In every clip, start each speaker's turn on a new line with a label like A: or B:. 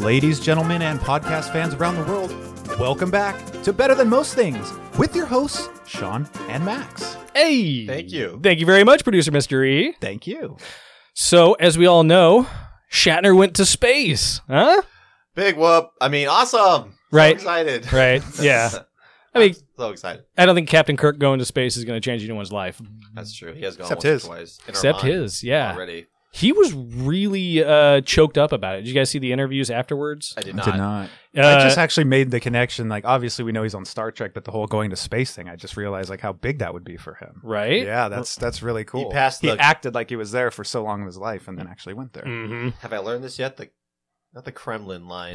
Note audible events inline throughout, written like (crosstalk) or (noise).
A: Ladies, gentlemen, and podcast fans around the world, welcome back to Better Than Most Things with your hosts, Sean and Max.
B: Hey!
C: Thank you.
B: Thank you very much, producer Mystery.
A: Thank you.
B: So, as we all know, Shatner went to space, huh?
C: Big whoop. I mean, awesome.
B: Right.
C: So excited. (laughs)
B: Right. Yeah. I mean,
C: so excited.
B: I don't think Captain Kirk going to space is going to change anyone's life,
C: That's true. He has gone
A: Except
C: once or
A: his.
C: twice. in our
B: except
C: mind
B: his. Yeah.
C: Already.
B: He was really uh, choked up about it. Did you guys see the interviews afterwards?
C: I did
A: I
C: not.
A: did not. I
B: Uh,
A: just actually made the connection. Like, obviously, we know he's on Star Trek, but the whole going to space thing, I just realized like how big that would be for him.
B: right?
A: Yeah, that's that's really cool.
C: passed
A: He
C: the- Mm.
A: acted like he was there for so long in his life, and then actually went there.
B: hmm
C: Have I learned this yet? The not the
B: (laughs)
C: Kremlin line.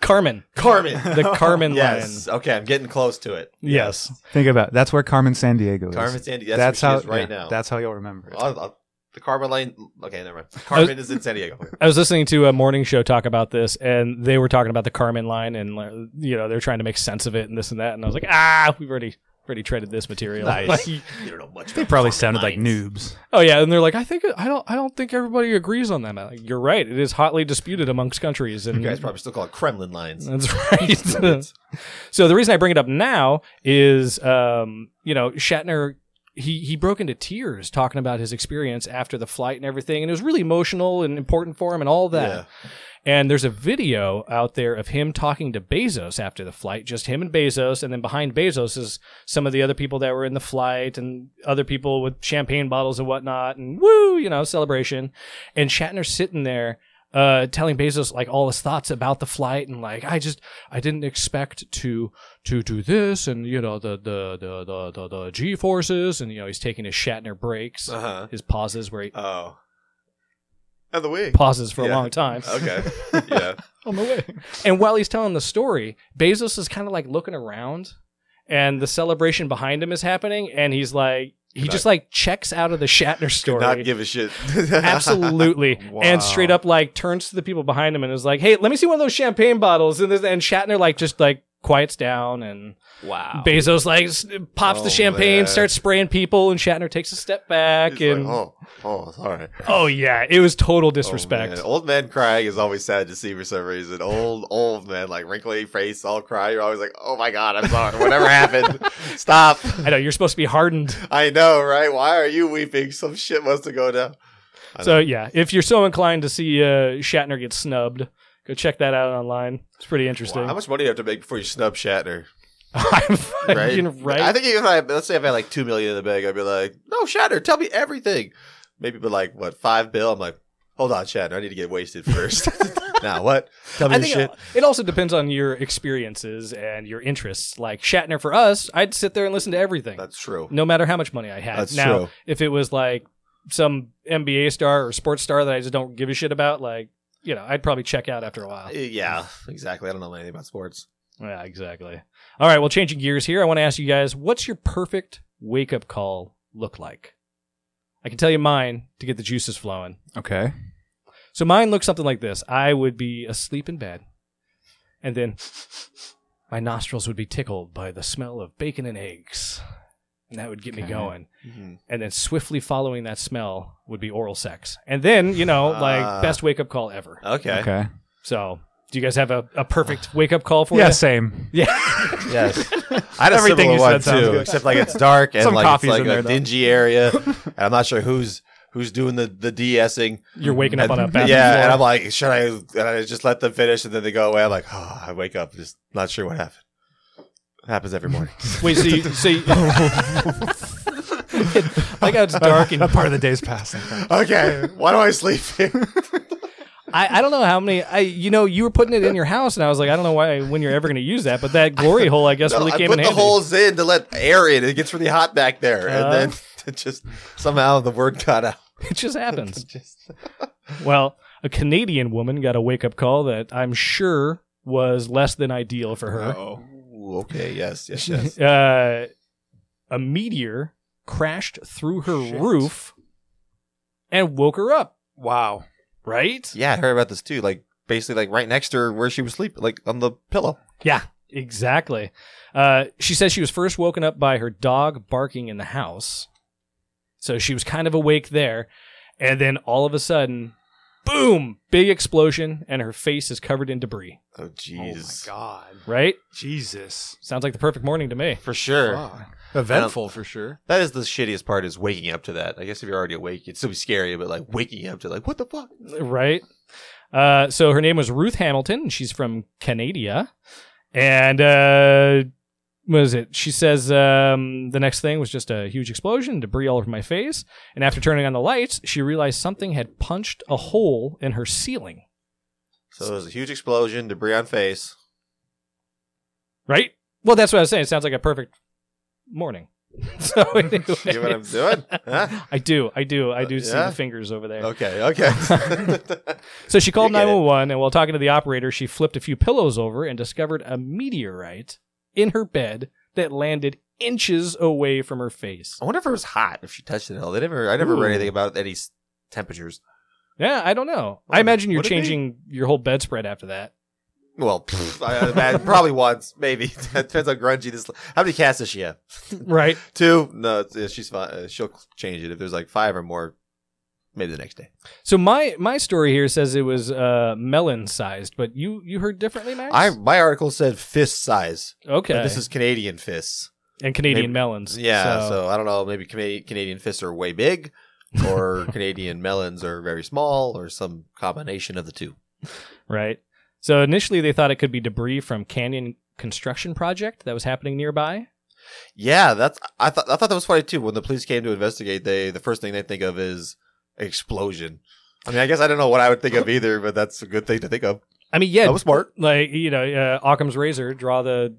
B: Carmen.
C: Carmen.
B: The Carmen
C: (laughs) yes.
B: line.
C: Okay, I'm getting close to it.
B: Yes.
A: Think about it. that's where Carmen San Diego is.
C: Carmen San Diego.
A: that's
C: That's, where
A: how
C: she is right
A: yeah,
C: now.
A: That's how you'll remember. It.
C: Well, I'll- I'll- the Carmen line.
B: (laughs)
C: Okay, never mind. Carmen is in San Diego.
B: I was listening to a morning show talk about this, and they were talking about the Carmen line, and like, you know they're trying to make sense of it and this and that, and I was like, ah, we've already already treaded this material. (laughs) (laughs)
C: Nice.
B: Like,
C: (laughs) You don't know much.
A: They
C: about
A: probably
C: Carmen
A: sounded like
C: lines.
A: noobs.
B: oh yeah, and they're like, I think I don't I don't think everybody agrees on that. I'm Like, You're right. It is hotly disputed amongst countries, and
C: You guys probably still call it Kremlin lines.
B: that's (laughs) right. so the reason I bring it up now is, um, you know, Shatner. He, he broke into tears talking about his experience after the flight and everything, and it was really emotional and important for him and all that.
C: Yeah.
B: And there's a video out there of him talking to Bezos after the flight, just him and Bezos. And then behind Bezos is some of the other people that were in the flight and other people with champagne bottles and whatnot and woo, you know, celebration. And Shatner's sitting there. Uh, telling Bezos like all his thoughts about the flight and like I just I didn't expect to to do this and you know the the the the the, the G forces and you know he's taking his Shatner breaks
C: Uh-huh.
B: his pauses where he
C: Oh. And the way.
B: pauses for a
C: Yeah.
B: long time (laughs)
C: Okay. Yeah.
A: On the way.
B: And while he's telling the story, Bezos is kind of like looking around and the celebration behind him is happening. And he's like, he
C: Could
B: just like checks out of the Shatner story.
C: Not give a shit. (laughs)
B: Absolutely.
A: Wow.
B: And straight up like turns to the people behind him and is like, hey, let me see one of those champagne bottles. And, this, and Shatner like just like quiets down and
C: Wow.
B: Bezos like s- pops
C: Oh,
B: the champagne,
C: man.
B: starts spraying people. And Shatner takes a step back.
C: He's
B: and
C: like, oh, oh, sorry.
B: oh, yeah, it was total
C: Oh,
B: disrespect.
C: man. Old man crying is always sad to see for some reason. Old, old man, like wrinkly face, all cry. You're always like, oh my God, I'm sorry. Whatever happened. Stop.
B: I know you're supposed to be hardened.
C: I know, right? Why are you weeping? Some shit must have gone down. (laughs) I
B: So
C: know.
B: yeah, if you're so inclined to see uh, Shatner get snubbed, go check that out online. It's pretty interesting.
C: Wow, how much money do you have to make before you snub Shatner?
B: (laughs) I'm
C: Right?
B: fucking right.
C: I think even if I, let's say if I had like two million in the bank, I'd be like, no, Shatner, tell me everything. Maybe be like, what, five bill? I'm like, hold on, Shatner, I need to get wasted first. (laughs) now what? Tell me
B: I
C: this
B: think
C: shit.
B: it, it also depends on your experiences and your interests. Like Shatner for us, I'd sit there and listen to everything,
C: That's true.
B: no matter how much money I had.
C: That's
B: now,
C: true.
B: if it was like some NBA star or sports star that I just don't give a shit about, like you know, I'd probably check out after a
A: uh,
B: while.
C: Eh, Yeah, exactly. I don't know anything about sports.
B: Yeah, exactly. All right, well, changing gears here, I want to ask you guys, what's your perfect wake up call look like? I can tell you mine to get the juices flowing.
A: Okay.
B: So mine looks something like this: I would be asleep in bed, and then my nostrils would be tickled by the smell of bacon and eggs, and that would get me
A: Okay.
B: going.
C: Mm-hmm.
B: And then swiftly following that smell would be oral sex, and then you know, like
C: Ah.
B: best wake up call ever.
C: Okay. (laughs)
A: Okay.
B: So, do you guys have a, a perfect wake up call for
A: yeah.
B: you?
C: (laughs)
A: Same.
B: Yeah.
C: Yes. I had a
A: Everything
C: similar
A: you
C: one
A: said sounds
C: too,
A: good.
C: except like it's dark and
A: Some
C: like it's
A: coffee's
C: like
A: in
C: a
A: there, though. (laughs)
C: dingy area, and I'm not sure who's who's doing the the de-essing.
B: You're waking up on a
C: yeah,
B: bathroom floor.
C: and I'm like, should I? And I just let them finish, and then they go away. I'm like, oh, I wake up, just not sure what happened. It happens
A: (laughs)
C: every morning.
B: Wait, so you, so you, (laughs) like how it's dark (laughs) and
A: That part of the day's passing.
C: okay, why do I
A: (laughs)
C: sleep here?
B: I, I don't know how many I you know you were putting it in your house and I was like I don't know why when you're ever going to use that but that glory hole I guess
C: No,
B: really
C: I
B: came
C: put
B: in
C: the
B: handy.
C: holes in to let air in. It gets really hot back there,
B: Uh.
A: Uh-huh.
C: and then (laughs) it just somehow the word got out.
B: It just happens.
C: Just
B: well, a Canadian woman got a wake up call that I'm sure was less than ideal for her.
C: Oh. Ooh, okay, yes, yes, yes.
B: Uh, a meteor crashed through her
A: Shit.
B: roof and woke her up.
A: Wow.
B: Right?
C: yeah, I heard about this too. Like basically, like right next to her where she was sleeping, like on the pillow.
B: Yeah, exactly. Uh, she says she was first woken up by her dog barking in the house. So she was kind of awake there. And then all of a sudden, boom, big explosion, and her face is covered in debris.
C: Oh, jeez.
D: Oh my god.
B: Right?
D: Jesus.
B: Sounds like the perfect morning to me.
C: For sure.
D: Fuck.
A: Eventful.
D: Full for
A: (laughs)
D: sure.
C: That is the shittiest part is waking up to that. I guess if you're already awake, it'd still be scary, but like waking up to like, what the fuck?
B: Right? Uh, so her name was Ruth Hamilton. and She's from Canada. And uh, what is it? She says um, the next thing was just a huge explosion, debris all over my face. And after turning on the lights, she realized something had punched a hole in her ceiling.
C: So it was a huge explosion, debris on face.
B: Right? Well, that's what I was saying. It sounds like a perfect morning. (laughs) so anyway,
C: (laughs) You know what I'm doing? Huh?
B: I do, I do, I do
C: Uh,
B: see
C: yeah?
B: the fingers over there.
C: Okay, okay.
B: So she called
C: You get it.
B: 911, and while talking to the operator, she flipped a few pillows over and discovered a meteorite in her bed that landed inches away from her face.
C: I wonder if it was hot if she touched it. Hell, they never. I never
B: Ooh.
C: read anything about any s- temperatures.
B: Yeah, I don't know.
C: Would
B: I
C: it-
B: imagine you're
C: would it be?
B: changing your whole bedspread after
C: (laughs)
B: that.
C: Well, pff, I I imagine probably once, maybe. (laughs) Depends on grungy this. How many cats does she have?
B: Right.
C: Two? No, it's- yeah, she's fine. Uh, She'll change it if there's like five or more. Maybe the next day.
B: So my my story here says it was uh, melon sized, but you you heard differently, Max.
C: I my article said fist size. but
B: okay.
C: This is Canadian fists.
B: and Canadian
C: maybe-
B: melons.
C: Yeah, so, I don't know. Maybe Cana- Canadian fists are way big, (laughs) or Canadian melons are very small, or some combination of the two.
B: Right. So initially they thought it could be debris from canyon construction project that was happening nearby.
C: Yeah, that's I thought I thought that was funny too. When the police came to investigate, they the first thing they think of is explosion. I mean, I guess I don't know what I would think of either, but that's a good thing to think of.
B: I mean, yeah,
C: That was smart.
B: like you know uh, Occam's razor draw the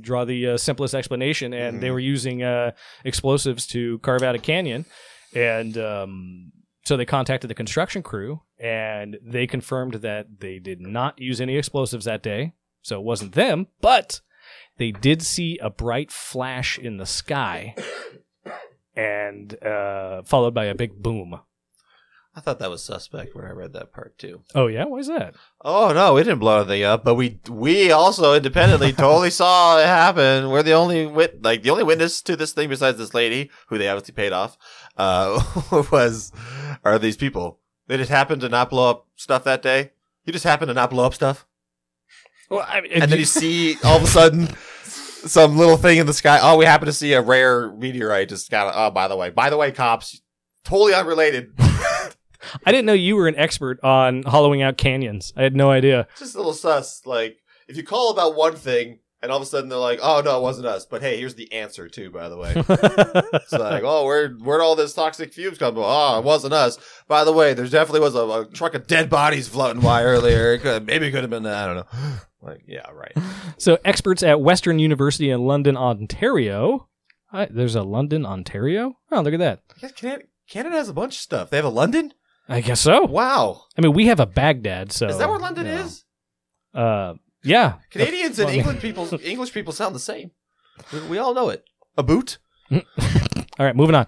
B: draw the uh, simplest explanation and they
C: Mhm.
B: were using uh, explosives to carve out a canyon and um, so they contacted the construction crew and they confirmed that they did not use any explosives that day so it wasn't them but they did see a bright flash in the sky and uh, followed by a big boom
C: I thought that was suspect when I read that part too.
B: oh yeah why is that
C: Oh no, we didn't blow anything up, but we we also (laughs) independently totally saw it happen. We're the only wit like the only witness to this thing besides this lady who they obviously paid off. Uh, (laughs) was are these people? They just happened to not blow up stuff that day. You just happened to not blow up stuff.
B: well, I mean,
C: and, then you see all of a (laughs) sudden some little thing in the sky. Oh, we happen to see a rare meteorite. Just got. Oh, by the way, by the way, cops, totally unrelated.
B: I didn't know you were an expert on hollowing out canyons. I had no idea.
C: just a little sus. Like if you call about one thing, and all of a sudden they're like, "Oh no, it wasn't us." But hey, here's the answer too. By the way, it's like, "Oh, where where'd all this toxic fumes come from?" Oh, it wasn't us. By the way, there definitely was a, a truck of dead bodies floating by earlier. It could, maybe it could have been. I don't know. (gasps) Like, yeah, right.
B: so, experts at Western University in London, Ontario. I, there's a London, Ontario. Oh, look at that.
C: Yeah, Canada, Canada has a bunch of stuff. They have a London.
B: I guess so.
C: Wow.
B: I mean, we have a Baghdad. So
C: Is that where London
B: you know.
C: is?
B: Uh, yeah.
C: Canadians and
B: Well, I mean-
C: England people, English people sound the same. We, we all know it. A boot.
B: All right, moving on.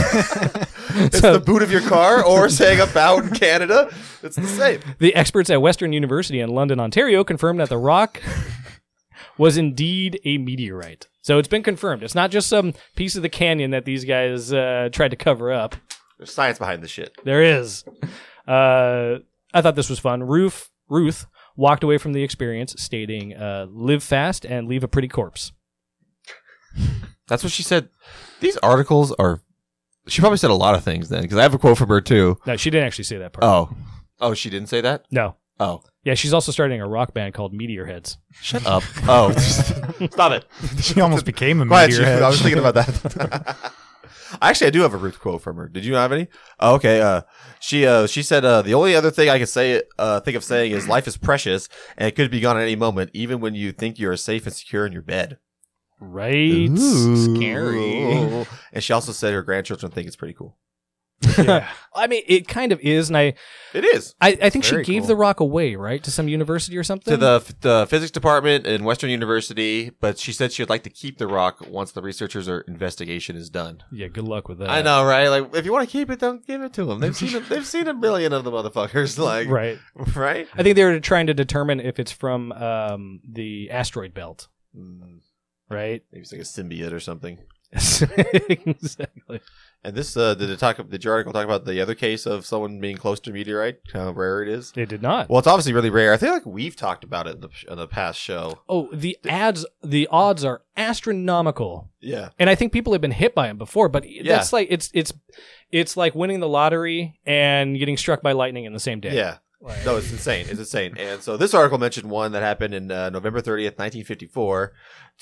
C: it's
B: So-
C: the boot of your car, or saying about in Canada. It's the same.
B: The experts at Western University in London, Ontario, confirmed that the rock was indeed a meteorite. So it's been confirmed. It's not just some piece of the canyon that these guys uh, tried to cover up.
C: There's science behind this shit.
B: There is. Uh, I thought this was fun. Ruth Ruth walked away from the experience, stating, uh, "Live fast and leave a pretty corpse."
C: That's what she said. These articles are. She probably said a lot of things then, because I have a quote from her too.
B: No, she didn't actually say that part.
C: Oh, oh, she didn't say that.
B: No.
C: Oh,
B: Yeah, she's also starting a rock band called Meteorheads.
C: shut up. (laughs) Oh, stop it.
A: She almost became a
C: (laughs) Quiet, Chief.
A: meteorhead.
C: I was thinking (laughs) about (laughs) that. Actually, I do have a Ruth quote from her. Did you have any? Oh, okay. Uh, she uh, she said uh, the only other thing I could say uh, think of saying is life is precious and it could be gone at any moment, even when you think you are safe and secure in your bed.
B: Right.
C: (laughs) Ooh. And she also said her grandchildren think it's pretty cool.
A: Yeah.
B: I mean, it kind of is, and I,
C: It is
B: I, I think
A: Very
B: she gave
A: cool.
B: the rock away, right, to some university or something.
C: to the the physics department in Western University, but she said she would like to keep the rock once the researchers or investigation is done.
B: yeah. Good luck with that.
C: I know, right? Like, if you want to keep it, don't give it to them. They've seen, a, they've seen a million of the motherfuckers. (laughs) Like,
B: Right.
C: right?
B: I think they were trying to determine if it's from um, the asteroid belt,
C: Mm,
B: right?
C: maybe it's like a symbiote or something.
B: (laughs) exactly.
C: And this uh, did it talk? Did your article talk about the other case of someone being close to a meteorite? How rare it is.
B: It did not.
C: Well, it's obviously really rare. I think like we've talked about it in the, in the past show.
B: Oh, the ads, the odds are astronomical,
C: Yeah,
B: and I think people have been hit by them before. But that's like it's it's it's like winning the lottery and getting struck by lightning in the same day.
C: yeah.
B: Like-
C: No, it's insane. It's insane. And so this article mentioned one that happened in uh, November 30th, 1954,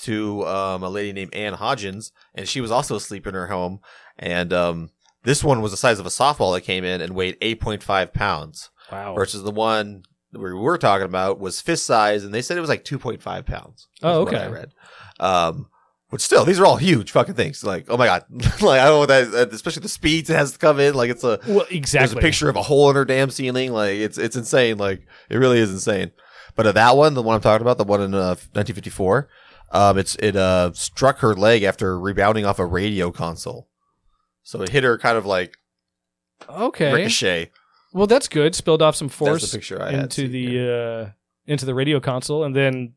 C: to um, a lady named Anne Hodgins, and she was also asleep in her home. And um, this one was the size of a softball that came in and weighed 8.5 pounds,
B: wow.
C: versus the one we were talking about was fist size, and they said it was like 2.5 pounds. is
B: Oh,
C: what
B: okay.
C: I read. Um, but still, these are all huge fucking things. Like, oh my god, (laughs) like I don't know what that, especially the speeds it has to come in. Like, it's a
B: well, exactly.
C: there's a picture of a hole in her damn ceiling. Like it's it's insane. Like it really is insane. But uh, that one, the one I'm talking about, the one in uh, 1954, um, it's it uh, struck her leg after rebounding off a radio console. So it hit her kind of like
B: Okay.
C: ricochet.
B: Well, that's good. Spilled off some
C: That's
B: force
C: the picture I had
B: into
C: seen
B: the
C: here.
B: uh, into the radio console, and then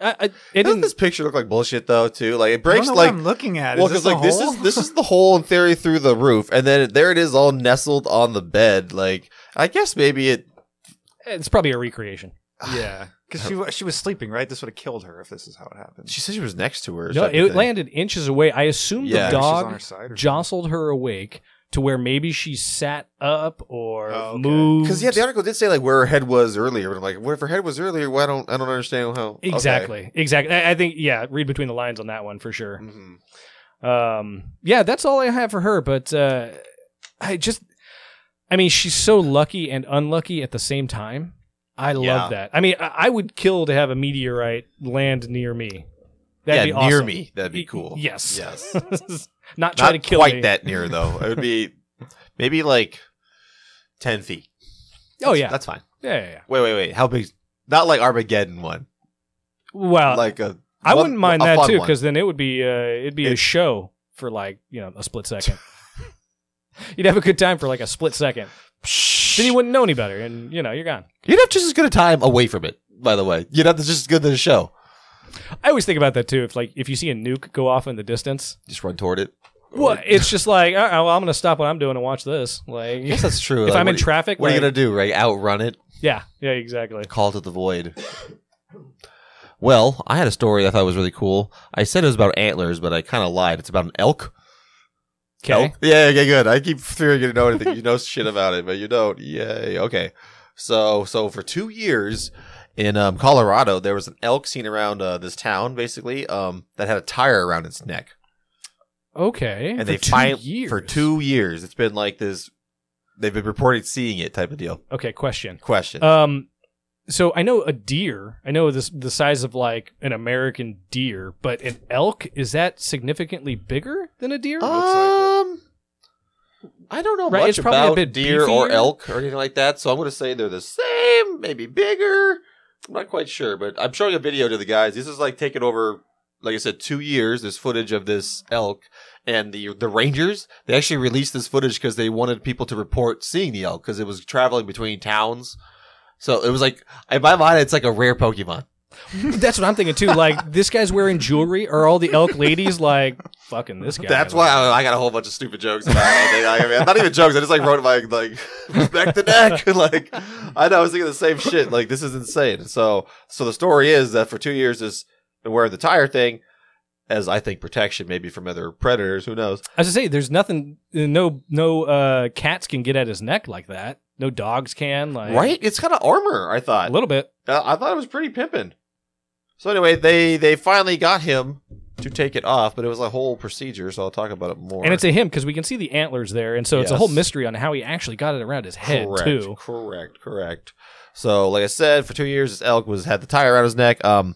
B: I, I, it
C: Doesn't
B: didn't.
C: this picture look like bullshit though? Too like it
A: I don't
C: breaks
A: know
C: like
A: what I'm looking at.
C: well
A: is
C: because
A: this
C: like
A: a
C: this
A: hole?
C: is this is the hole in theory through the roof, and then there it is all nestled on the bed. Like I guess maybe it
B: It's probably a recreation.
A: (laughs) yeah, because she wa- she was sleeping, right? This would have killed her if this is how it happened.
C: she said she was next to her. or
B: No,
C: something.
B: it landed inches away. I assume
C: Yeah.
A: Maybe she's
B: the
A: on
B: dog
A: her side or
B: jostled her awake to where maybe she sat up or
A: Oh, okay.
B: moved.
C: Because yeah, the article did say like where her head was earlier, but I'm like, what if her head was earlier? Why don't I don't understand how okay.
B: exactly, exactly. I, I think yeah, read between the lines on that one for sure.
C: Mhm.
B: Um, yeah, that's all I have for her. But uh, I just, I mean, she's so lucky and unlucky at the same time. I
C: Yeah.
B: love that. I mean, I, I would kill to have a meteorite land near me.
C: yeah,
B: That'd be
C: near
B: awesome.
C: me. That'd be
B: Y-
C: cool.
B: yes.
C: yes.
B: (laughs) Not try
C: Not
B: to kill
C: quite
B: me.
C: that near though. It would be maybe like ten feet.
B: Oh yeah.
C: that's fine.
B: yeah, yeah, yeah.
C: Wait, wait, wait. How big? Not like Armageddon one.
B: Well,
C: like a
B: I
C: one-
B: wouldn't mind
C: a
B: that
C: fun
B: too,
C: one.
B: because then it would be uh, it'd be a
C: It-
B: show for like you know a
C: (laughs)
B: split second. You'd have a good time for like a split second. Then you wouldn't know any better, and you know you're gone.
C: you'd have just as good a time away from it. By the way, you'd have just as good as a show.
B: I always think about that too. If like if you see a nuke go off in the distance,
C: Just run toward it.
B: Well, it's just like, all right, well, I'm going to stop what I'm doing and watch this. Like,
C: I guess that's
B: (laughs)
C: true.
B: if
C: Like,
B: I'm
C: what
B: in
C: are you-
B: traffic,
C: What are you
B: like-
C: gonna do? Right, outrun it.
B: yeah, yeah, exactly.
C: Call to the void. Well, I had a story I thought was really cool. I said it was about antlers, but I kind of lied. It's about an elk.
B: Okay,
C: Elk? Yeah, okay, good. I keep fearing you know anything. You know shit about it, but you don't. Yay. Okay. So, so for two years in um, Colorado, there was an elk seen around uh, this town, basically, um, that had a tire around its neck,
B: okay. Mm-hmm.
C: and
B: for
C: they
B: two
C: fin-
B: years.
C: for two years. It's been like this. They've been reported seeing it, type of deal.
B: Okay, question.
C: Question.
B: Um, so I know a deer. I know this the size of like an American deer, but an elk is that significantly bigger than a deer?
A: looks like
C: Um, I don't know
B: Right,
C: much
B: it's probably a
C: about
B: bit
C: deer or
B: beefier.
C: elk or anything like that, so I'm going to say they're the same, maybe bigger. I'm not quite sure, but I'm showing a video to the guys. This is like taken over, like I said, two years. There's footage of this elk and the the rangers. They actually released this footage because they wanted people to report seeing the elk because it was traveling between towns. So it was like in my mind, it's like a rare Pokemon.
B: That's what I'm thinking too.
C: (laughs)
B: Like this guy's wearing jewelry. Are all the elk ladies like fucking this guy?
C: That's why I, I got a whole bunch of stupid jokes about it. I mean, not even jokes. I just like wrote my like (laughs) back (laughs) to neck. like I know I was thinking the same shit. Like this is insane. So so the story is that for two years this been wearing the tire thing as I think protection maybe from other predators. Who knows?
B: As I say, there's nothing. No, no uh, cats can get at his neck like that. No dogs can. Like
C: Right? It's kind of armor. I
B: a
C: thought.
B: little bit.
C: Uh, I thought it was pretty pimping. So anyway, they they finally got him to take it off, but it was a whole procedure. So I'll talk about it more.
B: And it's a him because we can see the antlers there, and so it's a
C: Yes.
B: whole mystery on how he actually got it around his head
C: correct,
B: too. (laughs)
C: Correct, correct. So, like I said, for two years, this elk was had the tire around his neck. Um,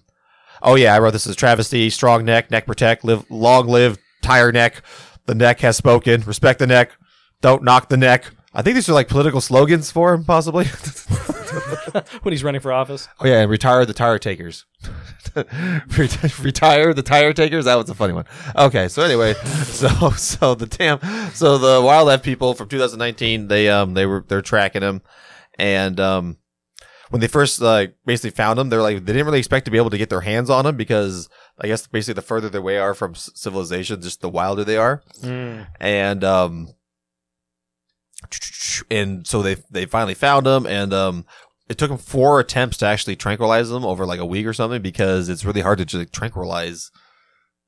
C: oh yeah, I wrote this as a travesty. Strong neck, neck protect, live long live tire neck. The neck has spoken. Respect the neck. Don't knock the neck. I think these are like political slogans for him, possibly. (laughs)
B: when he's running for office.
C: oh yeah, and retire the tire takers. (laughs) Ret- retire the tire takers. That was a funny one. Okay, so anyway, (laughs) so so the damn so the wildlife people from 2019 they um they were they're tracking him, and um when they first like basically found them, they're like they didn't really expect to be able to get their hands on them because I guess basically the further they way are from c- civilization, just the wilder they are.
B: Mm.
C: and um and so they they finally found him and um it took him four attempts to actually tranquilize them over like a week or something because it's really hard to just tranquilize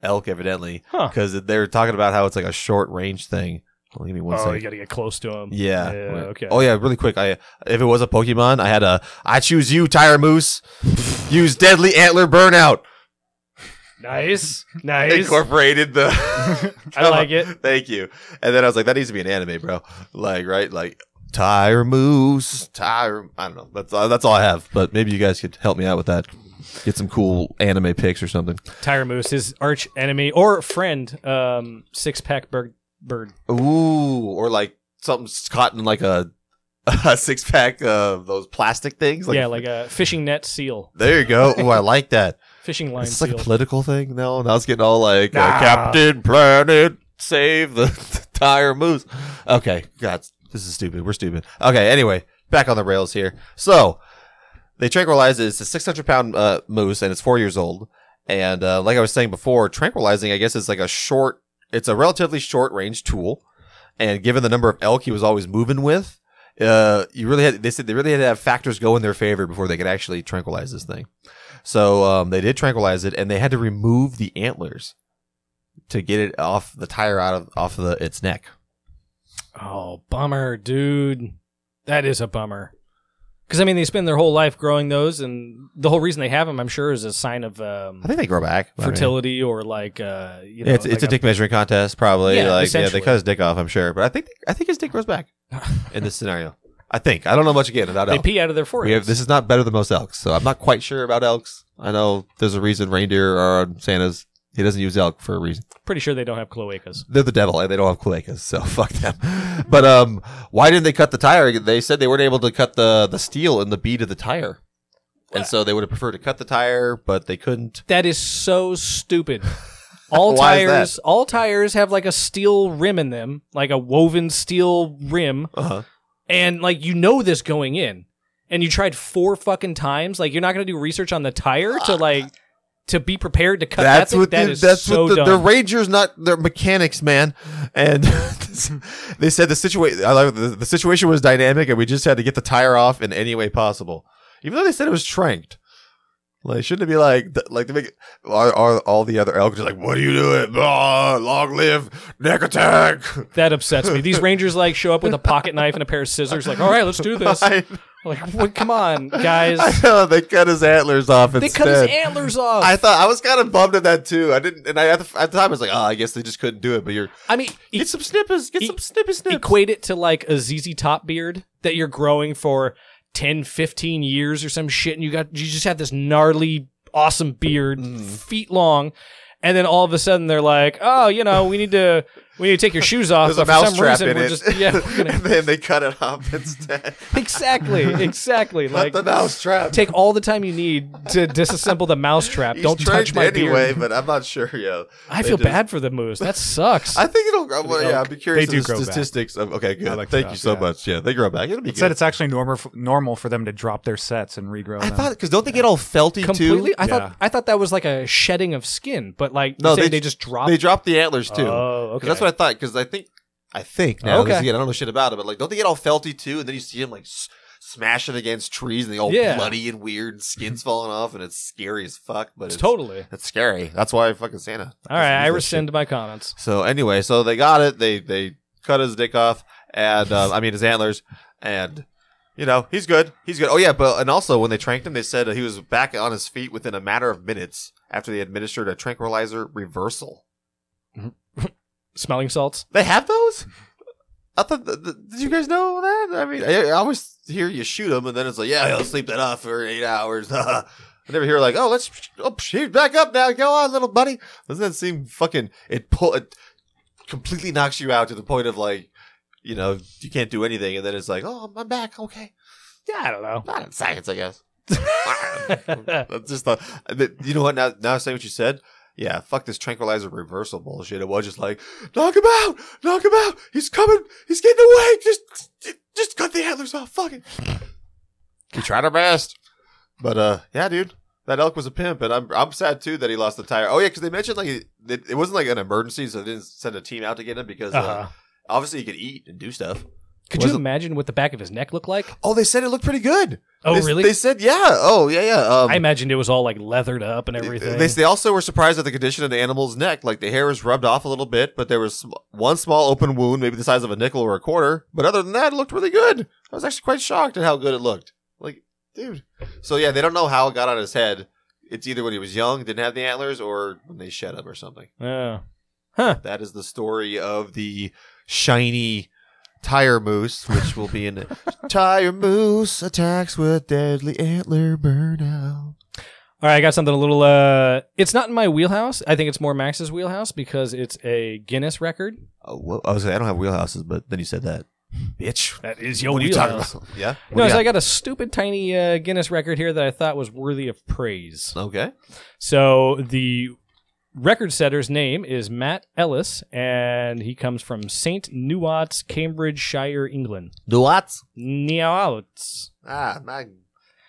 C: elk evidently
B: Huh.
C: because they're talking about how it's like a short range thing Hold on, give me one
B: Oh,
C: second.
B: you got to get close to him.
C: yeah.
B: Yeah,
C: Wait.
B: okay.
C: Oh yeah, really quick. I if it was a Pokemon, I had a I choose you, Tire Moose. Use deadly antler burnout.
B: (laughs) Nice. Nice.
C: Incorporated the
B: (laughs) I
C: (laughs)
B: like it.
C: Thank you. And then I was like, that needs to be an anime, bro. Like, right? Like, tire moose, tire. I don't know. That's uh, that's all I have. But maybe you guys could help me out with that. Get some cool anime pics or something.
B: Tyra Moose, his arch enemy or friend, um, six pack bird. Bird.
C: Ooh, or like something caught in like a, (laughs) a six pack of those plastic things.
B: yeah, like a fishing net seal,
C: There you go. Ooh, I like that.
B: fishing line
C: It's
B: seal.
C: like a political thing. No, and I was getting all like uh,
B: Nah.
C: Captain Planet, save the (laughs) tire moose. Okay, God, this is stupid. We're stupid. Okay, anyway, back on the rails here. So they tranquilize it. It's a 600 pound uh, moose, and it's four years old. And uh, like I was saying before, tranquilizing, I guess, is like a short. It's a relatively short range tool, and given the number of elk he was always moving with, uh, you really had. They said they really had to have factors go in their favor before they could actually tranquilize this thing. So um, they did tranquilize it, and they had to remove the antlers to get it off the tire out of off of the, its neck.
B: oh, bummer, dude. That is a bummer. Because I mean, they spend their whole life growing those, and the whole reason they have them, I'm sure, is a sign of um,
C: I think they grow back. I mean,
B: fertility or like, uh, you know,
C: it's it's
B: like
C: a dick measuring contest, probably.
B: Yeah,
C: like yeah, they
B: essentially.
C: cut his dick off, I'm sure. But I think I think his dick
B: (laughs)
C: grows back in this scenario. I think I don't know much again about
B: They
C: elk.
B: pee out of their
C: We have,
B: foreheads.
C: this is not better than most elks, so I'm not quite sure about elks. I know there's a reason reindeer are on Santa's. He doesn't use elk for a reason.
B: Pretty sure they don't have cloacas.
C: they're the devil and they don't have cloacas, so (laughs) fuck them. But um, why didn't they cut the tire? They said they weren't able to cut the the steel in the bead of the tire, and so they would have preferred to cut the tire, but they couldn't.
B: That is so stupid.
C: (laughs)
B: All
C: Why is
B: tires, all tires have like a steel rim in them, like a woven steel rim,
C: Uh-huh.
B: and like you know this going in, and you tried four fucking times. Like you're not gonna do research on the tire to like to be prepared to cut. that
C: That's
B: thing?
C: what
B: That
C: the,
B: is
C: that's
B: so
C: what the,
B: dumb.
C: the Rangers, not their mechanics, man. And (laughs) they said the situation. I like the, the situation was dynamic, and we just had to get the tire off in any way possible. Even though they said it was tranked, like shouldn't it be like th- like they make it, are, are all the other elk just like what are you doing? Blah, long live neck attack. (laughs)
B: that upsets me. These rangers like show up with a pocket knife and a pair of scissors. Like, all right, let's do this.
C: (laughs) I,
B: Like, well, come on, guys.
C: I know they cut his antlers off
B: They
C: instead.
B: cut his antlers off.
C: I thought I was kind of bummed at that too. I didn't, and I at the, at the time I was like, oh, I guess they just couldn't do it. But you're
B: I mean,
C: get some snippers, get
B: e-
C: some snippers, snips.
B: equate it to like a ZZ Top beard that you're growing for 10, 15 years or some shit, and you got you just have this gnarly, awesome beard,
C: Mm.
B: feet long, and then all of a sudden they're like, oh, you know, we need to we need to
C: (laughs)
B: take your shoes off.
C: There's a
B: but for some
C: mousetrap
B: reason,
C: in
B: we're
C: it,
B: just yeah,
C: (laughs)
B: we're gonna-
C: and then they cut it off instead.
B: exactly,
C: (laughs)
B: exactly. (laughs)
C: Cut
B: like
C: the mousetrap.
B: take all the time you need to disassemble the mousetrap.
C: He's
B: Don't touch
C: trained
B: my
C: anyway,
B: beard.
C: but I'm not sure. Yeah,
B: I
C: They
B: feel
C: just-
B: bad for the moose. That sucks.
C: (laughs) I think it'll. Well, yeah, I'd be curious.
A: They do
C: of the
A: grow back.
C: statistics. Of, okay, good.
A: I like
C: Thank
A: that,
C: you so
A: yeah.
C: much. Yeah, they grow back. It'll be
A: It said
C: good.
A: it's actually normal for, normal for them to drop their sets and regrow
C: I
A: them.
C: thought because don't they get all felty
B: Completely.
C: too?
B: I
A: Yeah.
B: thought I thought that was like a shedding of skin, but like no,
C: No,
B: they,
C: they-
B: just dropped.
C: They drop the antlers too.
B: Oh, okay.
C: 'Cause That's what I thought. Because I think, I think now. 'cause,
B: Okay.
C: Again, I don't know shit about it, but like, don't they get all felty too? And then you see them like s- smashing against trees, and they all
B: Yeah.
C: bloody and weird,
B: (laughs)
C: and skins falling off, and it's scary as fuck. But it's,
B: totally.
C: It's scary. That's why I fucking Santa.
B: All right, I
C: Use that shit.
B: rescind my comments.
C: So anyway, so they got it. They they cut his dick off, and uh, I mean his antlers, and you know he's good. He's good. Oh yeah, but and also when they tranked him, they said he was back on his feet within a matter of minutes after they administered a tranquilizer reversal.
B: Smelling salts.
C: They have those. I thought. Th- th- did you guys know that? I mean, I, I always hear you shoot him, and then it's like, yeah, he'll sleep that off for eight hours. (laughs) I never hear like, oh, let's oh, shoot back up now. Go on, little buddy. Doesn't that seem fucking? It pull it completely knocks you out to the point of like, you know, you can't do anything, and then it's like, oh, I'm back. Okay,
B: Yeah, I don't (laughs) know.
C: not in science, I guess. (laughs)
B: (laughs)
C: That's just the, the- you know what? Now, now saying what you said, yeah, fuck this tranquilizer reversal bullshit. It was just like, knock him out, knock him out. He's coming, he's getting away. Just, just cut the antlers off. Fuck it. We tried our best. But uh, yeah, dude, that elk was a pimp, and I'm I'm sad too that he lost the tire. Oh yeah, because they mentioned like it, it wasn't like an emergency, so they didn't send a team out to get him because uh,
B: Uh-huh.
C: obviously he could eat and do stuff.
B: Could
C: Was
B: you
C: it-
B: imagine what the back of his neck looked like?
C: Oh, they said it looked pretty good.
B: Oh,
C: They-
B: really?
C: They said yeah. Oh yeah yeah. Um,
B: I imagined it was all like leathered up and everything.
C: They, they also were surprised at the condition of the animal's neck. Like the hair was rubbed off a little bit, but there was sm- one small open wound, maybe the size of a nickel or a quarter. But other than that, it looked really good. I was actually quite shocked at how good it looked. Like, dude. So yeah, they don't know how it got on his head. It's either when he was young, didn't have the antlers, or when they shed him or something.
B: Yeah.
C: That is the story of the shiny tire moose, which will be in it. tire moose attacks with deadly antler burnout.
B: All right, I got something a little. uh It's not in my wheelhouse. I think it's more Max's wheelhouse because it's a Guinness record.
C: Oh, whoa. I was like, I don't have wheelhouses, but then you said that, bitch.
B: That is your
C: What are you talking
B: wheelhouse.
C: about? Yeah. What
B: No,
C: do
B: so
C: you
B: I got a stupid tiny uh, Guinness record here that I thought was worthy of praise.
C: got? okay.
B: So the record setter's name is Matt Ellis, and he comes from St. Nuat's, Cambridgeshire, England.
C: Do what?
B: Nuats.
C: Ah, Matt,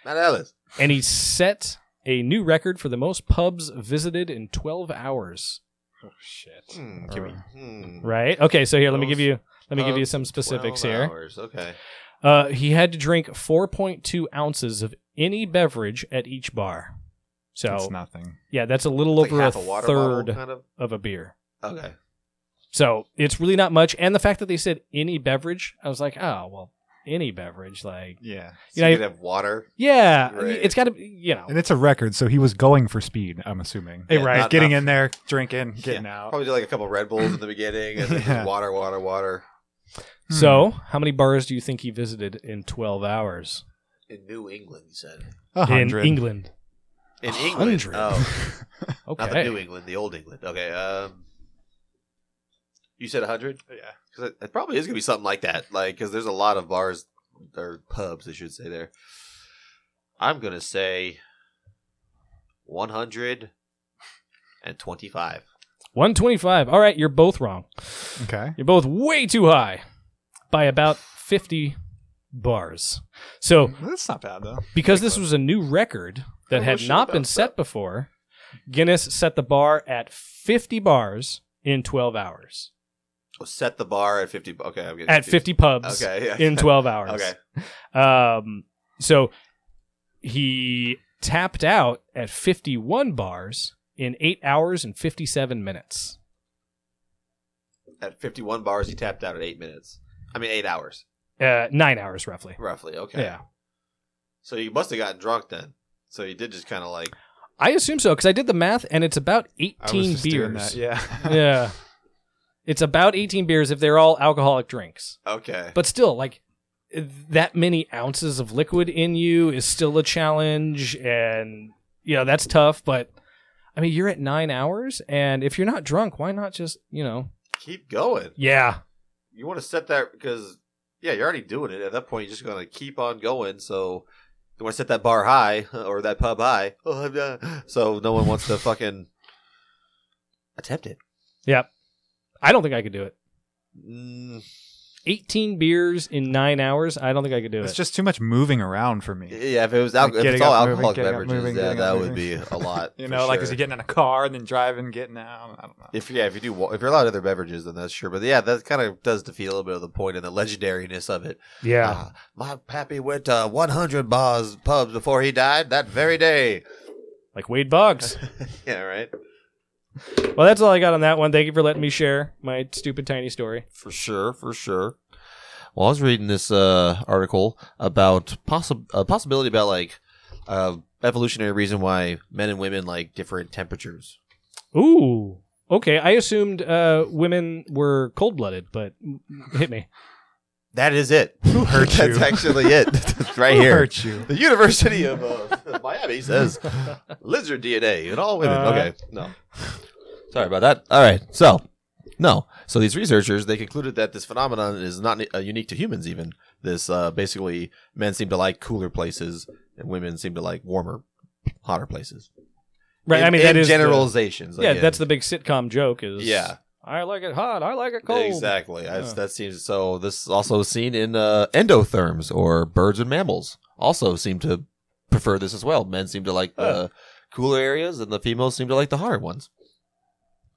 C: Matt Ellis.
B: And he set a new record for the most pubs visited in 12 hours. Oh, shit.
C: Hmm, can we- hmm.
B: Right? Okay, so here, let me
C: Those-
B: give you. Let me give you
C: those
B: some specifics
C: 12
B: here.
C: hours, Okay.
B: Uh, he had to drink 4.2 ounces of any beverage at each bar. So
A: It's nothing.
B: Yeah, that's a little
C: It's
B: over
C: half
B: a,
C: bottle,
B: third
C: kind of.
B: of a beer.
C: Okay.
B: So it's really not much. And the fact that they said any beverage, I was like, oh well, any beverage, like
A: Yeah.
B: you
C: so
B: know,
C: you could have water.
B: yeah,
C: Right.
B: it's got to, you know,
A: And it's a record, so he was going for speed, I'm assuming.
B: Hey,
C: Yeah,
B: right.
A: He's
C: not
A: getting
C: enough.
A: in there, drinking, getting out.
C: Probably do like a couple Red Bulls in the beginning, and then
B: (laughs)
C: just
A: Yeah.
C: water, water, water.
A: Hmm.
B: So how many bars do you think he visited in twelve hours
C: In New England, you said.
A: Hmm. A
B: in
A: hundred.
B: England?
C: In
B: A
C: England.
B: hundred.
C: Oh, not the New
B: Okay,
C: England, the old England. Okay. Um, you said 100?
A: Yeah.
C: Because it, it probably is going to be something like that. Like, because there's a lot of bars or pubs, I should say, there. I'm going to say 125.
B: one twenty-five. All right, you're both wrong.
A: Okay.
B: You're both way too high by about fifty bars. So
A: That's not bad though.
B: because this was a new record that
C: I
B: had
C: wish
B: not
C: about
B: been set
C: that.
B: before, Guinness set the bar at 50 bars in 12 hours.
C: Oh, set the bar at 50. Okay. I'm getting
B: At
C: confused.
B: 50 pubs
C: Okay. Yeah.
A: (laughs)
B: in 12 hours.
C: Okay.
B: Um, so he tapped out at 51 bars in 8 hours and 57 minutes.
C: (laughs) At 51 bars, he tapped out at eight minutes. I mean, eight hours,
B: Uh, 9 hours roughly.
C: roughly. Okay.
B: Yeah.
C: So you must have gotten drunk then. So you did just kind of like.
B: I assume so cuz I did the math and it's about
A: I was
B: 18
A: just doing that,
B: beers.
A: Yeah.
B: (laughs) yeah. It's about 18 beers if they're all alcoholic drinks.
C: Okay.
B: but still like that many ounces of liquid in you is still a challenge and you know that's tough but i mean you're at nine hours and if you're not drunk why not just you know
C: Keep going.
B: yeah
C: you want to set that because yeah, you're already doing it. At that point, you're just gonna keep on going. So you want to set that bar high (laughs) or that pub high. (laughs) Oh, I'm done. So no one wants to fucking attempt it.
B: i don't think i could do it
C: Mm,
B: 18 beers in nine hours i don't think i could do
A: It's
B: it
A: just too much moving around for me.
C: yeah, if it was al-
A: Like
C: if it's
A: getting
C: all
A: up, moving,
C: alcoholic
A: getting up,
C: beverages,
A: moving,
C: yeah,
A: getting
C: that
A: up,
C: would be
A: moving.
C: a lot. (laughs)
A: You
C: for
A: know, like is he
C: sure.
A: getting in a car and then driving, getting out? I don't know.
C: If yeah, if you do wa- if you're allowed other beverages, then that's sure. But yeah, that kind of does defeat a little bit of the point and the legendariness of it.
B: yeah
C: Ah, my pappy went to 100 bars pubs before he died that very day.
B: like wade boggs
C: Yeah, right.
B: well that's all i got on that one thank you for letting me share my stupid tiny story
C: For sure, for sure. Well, I was reading this uh, article about possi- a possibility about like uh, evolutionary reason why men and women like different temperatures.
B: ooh okay i assumed uh, women were cold-blooded but hit me
C: That is it. Who
A: hurt
C: (laughs) That's
A: you?
C: actually it. That's right
A: Who
C: here.
A: hurt you.
C: The University of uh, Miami says lizard DNA in all women.
B: Uh.
C: okay, no, sorry about that. All right, so no, so these researchers they concluded that this phenomenon is not uh, unique to humans. Even this, uh, basically, men seem to like cooler places and women seem to like warmer, hotter places.
B: right
C: In-
B: i mean that
C: in
B: is the-
C: generalizations.
B: yeah,
C: again.
B: that's the big sitcom joke. Is
C: Yeah.
B: I like it hot. I like it cold.
C: Exactly. That's-
B: Yeah.
C: That seems so. This is also seen in uh, endotherms or birds and mammals. Also seem to
D: prefer this as well. Men seem to like the cooler areas, and the females seem to like the hard ones.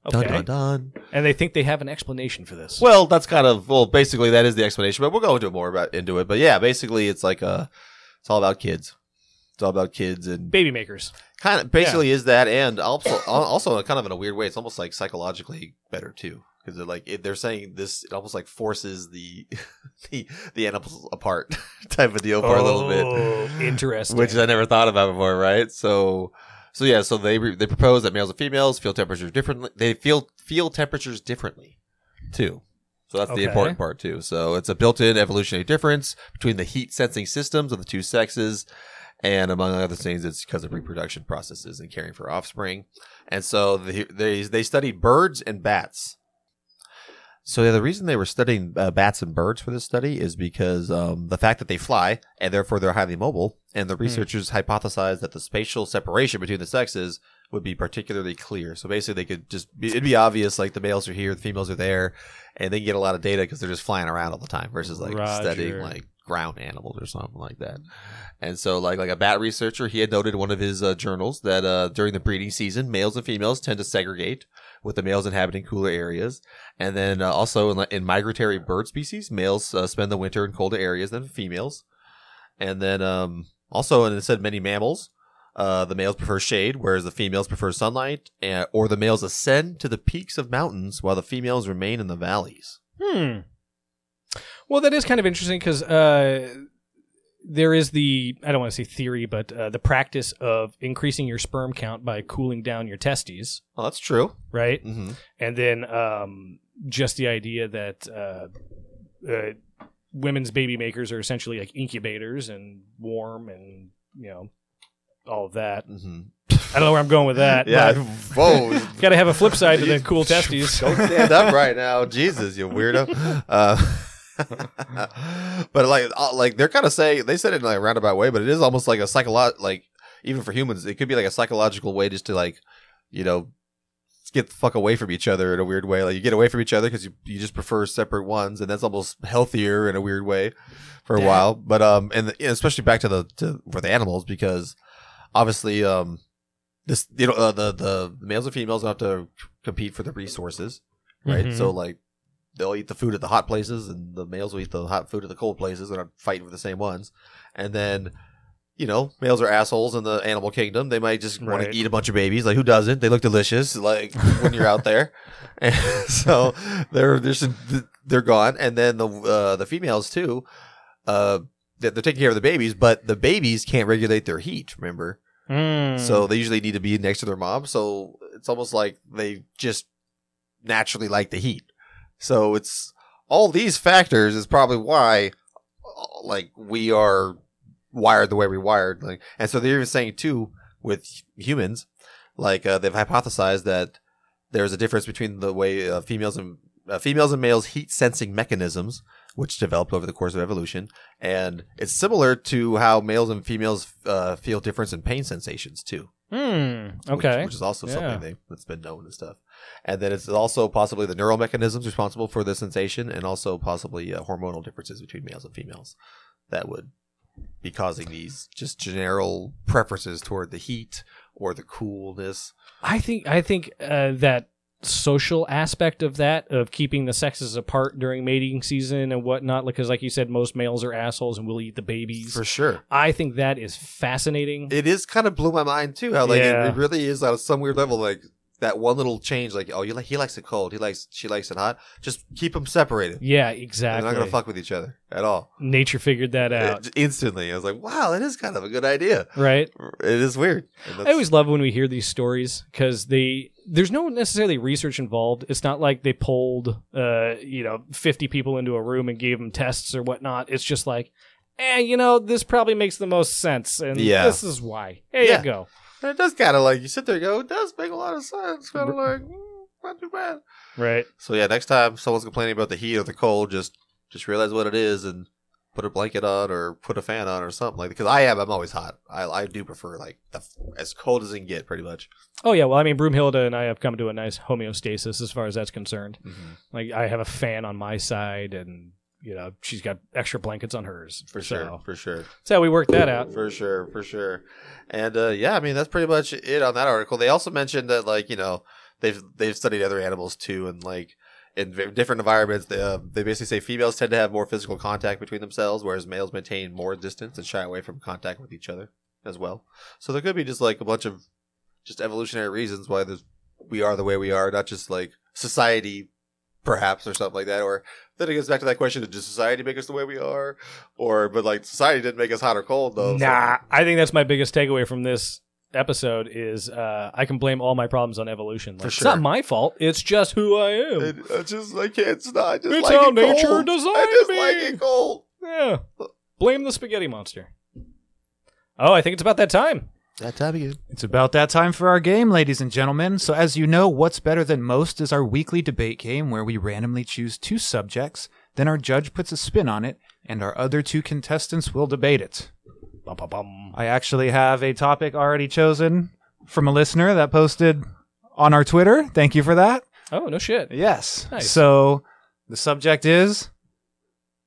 B: Okay.
D: Dun, dun, dun.
B: And they think they have an explanation for this.
D: Well,
C: That's kind of well, basically that is the explanation, but we'll go into it more about into it. But yeah, basically it's like uh it's all about kids. It's all about kids and
B: Baby makers.
C: kind of basically is that, and also also kind of in a weird way, it's almost like psychologically better too because like it, they're saying this, it almost like forces the (laughs) the the animals apart (laughs) type of deal for a little bit.
B: Oh, (laughs) Interesting.
D: Which
C: which I never thought about before, right? So, so yeah, so they they propose that males and females feel temperatures differently. They feel feel temperatures differently, too. So that's
B: Okay.
C: the important part.
D: part two. So it's a built-in evolutionary difference between the heat-sensing systems of the two sexes, and among other things, it's because of reproduction processes and caring for offspring.
C: And so the, they they studied birds and bats. So yeah, the reason they were studying uh, bats and birds for this study is because um, the fact that they fly and therefore they're highly mobile, and the researchers hypothesized that the spatial separation between the sexes would be particularly clear. So basically, they could just be, it'd be obvious like the males are here, the females are there, and they can get a lot of data because they're just flying around all the time versus like
B: Roger.
C: studying like ground animals or something like that. And so, like like a bat researcher, he had noted in one of his uh, journals that uh, during the breeding season, males and females tend to segregate, with the males inhabiting cooler areas. And then uh, also in, like, in migratory bird species, males uh, spend the winter in colder areas than females. And then um, also, and it said many mammals, uh, the males prefer shade, whereas the females prefer sunlight, and, or the males ascend to the peaks of mountains while the females remain in the valleys.
B: Hmm. Well, that is kind of interesting because uh, there is the I don't want to say theory, but uh, the practice of increasing your sperm count by cooling down your testes,
C: Well, that's true.
B: right?
C: Mm-hmm.
B: And then um, just the idea that uh, uh, women's baby makers are essentially like incubators and warm and you know all of that.
C: Mm-hmm.
B: I don't know where I'm going with that.
C: (laughs) yeah.
B: but (laughs)
C: Whoa.
B: Gotta have a flip side to the
C: (laughs) You-
B: cool testes.
C: Don't stand up right now, Jesus, you weirdo. Uh, (laughs) but like, uh, like they're kind of saying they said it in like a roundabout way, but it is almost like a psycholo- like even for humans, it could be like a psychological way just to like, you know, get the fuck away from each other in a weird way. Like you get away from each other because you you just prefer separate ones, and that's almost healthier in a weird way for a
B: Yeah.
C: while. But um, and the, yeah, especially back to the to for the animals because obviously um. This you know uh, the the males and females don't have to compete for the resources, right?
B: Mhm.
C: So like they'll eat the food at the hot places, and the males will eat the hot food at the cold places. They're not fighting for the same ones, and then. You know, males are assholes in the animal kingdom. They might just want
B: Right.
C: to eat a bunch of babies. Like, who doesn't? They look delicious. Like when you're out there, and so they're they're just- they're gone. And then the uh, the females too, uh, they're they're taking care of the babies, but the babies can't regulate their heat. Remember,
B: Mm.
C: so they usually need to be next to their mom. So it's almost like they just naturally like the heat. So it's all these factors is probably why, uh, like, we are wired the way we wired. Like, and so they're even saying too with humans, like uh, they've hypothesized that there's a difference between the way uh, females and uh, females and males heat sensing mechanisms, which developed over the course of evolution, and it's similar to how males and females uh, feel difference in pain sensations too.
B: Mm.
C: which-
B: okay.
C: which, is also
B: Yeah.
C: something they, that's been known and stuff. And then it's also possibly the neural mechanisms responsible for the sensation, and also possibly uh, hormonal differences between males and females that would be causing these just general preferences toward the heat or the coolness.
B: I think I think uh, that social aspect of that of keeping the sexes apart during mating season and whatnot, because like you said, most males are assholes and will eat the babies.
C: For sure.
B: I think that is fascinating.
C: it is kind of blew my mind too. How like it-
B: Yeah.
C: it, really is on some weird level like that one little change. Like oh, you like he likes it cold. He likes she likes it hot. Just keep them separated.
B: yeah,
C: They're
B: exactly.
C: not gonna fuck with each other at all.
B: Nature figured that out,
C: It- instantly, I was like, wow, that is kind of a good idea.
B: right?
C: It is weird. And
B: I
C: that's-
B: always love when we hear these stories because they there's no necessarily research involved. It's not like they pulled uh, you know 50 people into a room and gave them tests or whatnot. It's just like, eh, you know, this probably makes the most sense, and
C: Yeah.
B: this is why. Here
C: Yeah.
B: you go.
C: it does kind of like you sit there and go, it does make a lot of sense. Kind of like mm, not too bad.
B: Right.
C: So yeah, next time someone's complaining about the heat or the cold, just just realize what it is and put a blanket on or put a fan on or something like. Because I am, I'm always hot. I I do prefer like the, as cold as it can get, pretty much.
B: Oh yeah. Well, I mean, Broomhilda and I have come Mm-hmm. to a nice homeostasis as far as that's concerned. Like, I have a fan on my side, and you know, she's got extra blankets on hers.
E: for
B: So,
E: sure, for sure.
B: That's how we worked that out.
E: For sure, for sure.
C: And uh, yeah, I mean that's pretty much it on that article. They also mentioned that like you know they've they've studied other animals too, and like in v- different environments, they, uh, they basically say females tend to have more physical contact between themselves, whereas males maintain more distance and shy away from contact with each other as well. So there could be just like a bunch of just evolutionary reasons why there's, we are the way we are, not just like society, perhaps or something like that. Or then it gets back to that question: Did society make us the way we are, or but like society didn't make us hot or cold though? so-
B: Nah, I think that's my biggest takeaway from this episode is uh, I can blame all my problems on evolution. Like,
C: For
B: It's
C: sure.
B: not my fault. It's just who I am.
C: It, I just I can't. It's not. I just
B: It's
C: like
B: how
C: it
B: nature
C: cold.
B: designed
C: I just
B: me.
C: like it cold.
B: yeah. Blame the spaghetti monster. Oh, I think it's about that time.
C: That time again.
A: It's about that time for our game, ladies and gentlemen. So, as you know, What's Better Than Most is our weekly debate game where we randomly choose two subjects, then our judge puts a spin on it, and our other two contestants will debate it.
B: Bum, bum, bum.
A: I actually have a topic already chosen from a listener that posted on our Twitter. Thank you for that.
B: Oh, no shit.
A: Yes.
B: Nice.
A: So, the subject is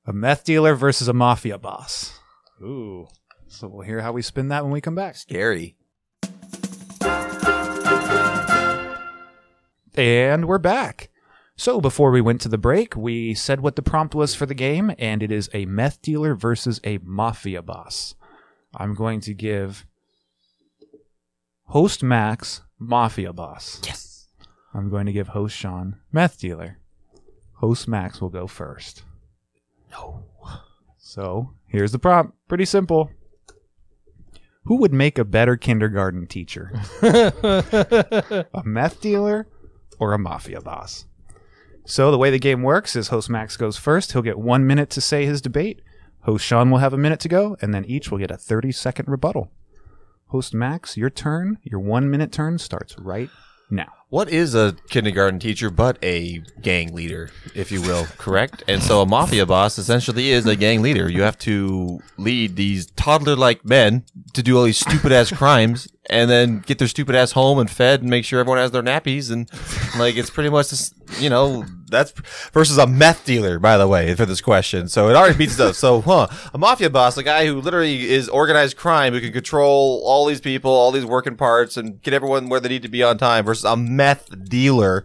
A: a meth dealer versus a mafia boss.
B: Ooh.
A: So, we'll hear how we spin that when we come back.
C: Scary.
A: And we're back. So before we went to the break, we said what the prompt was for the game, and it is a meth dealer versus a mafia boss. I'm going to give host Max mafia boss. Yes. I'm going to give host Sean meth dealer. Host Max will go first. No. So here's the prompt. Pretty simple. Who would make a better kindergarten teacher? (laughs) a meth dealer or a mafia boss. So the way the game works is host Max goes first. He'll get one minute to say his debate. Host Sean will have a minute to go, and then each will get a 30 second rebuttal. Host Max, your turn, your one minute turn starts right now.
C: What is a kindergarten teacher but a gang leader, if you will, correct? And so a mafia boss essentially is a gang leader. You have to lead these toddler like men to do all these stupid ass crimes and then get their stupid ass home and fed and make sure everyone has their nappies. And like, it's pretty much this, you know, that's versus a meth dealer, by the way, for this question. So it already beats it up. So, huh, a mafia boss, a guy who literally is organized crime, who can control all these people, all these working parts, and get everyone where they need to be on time, versus a meth dealer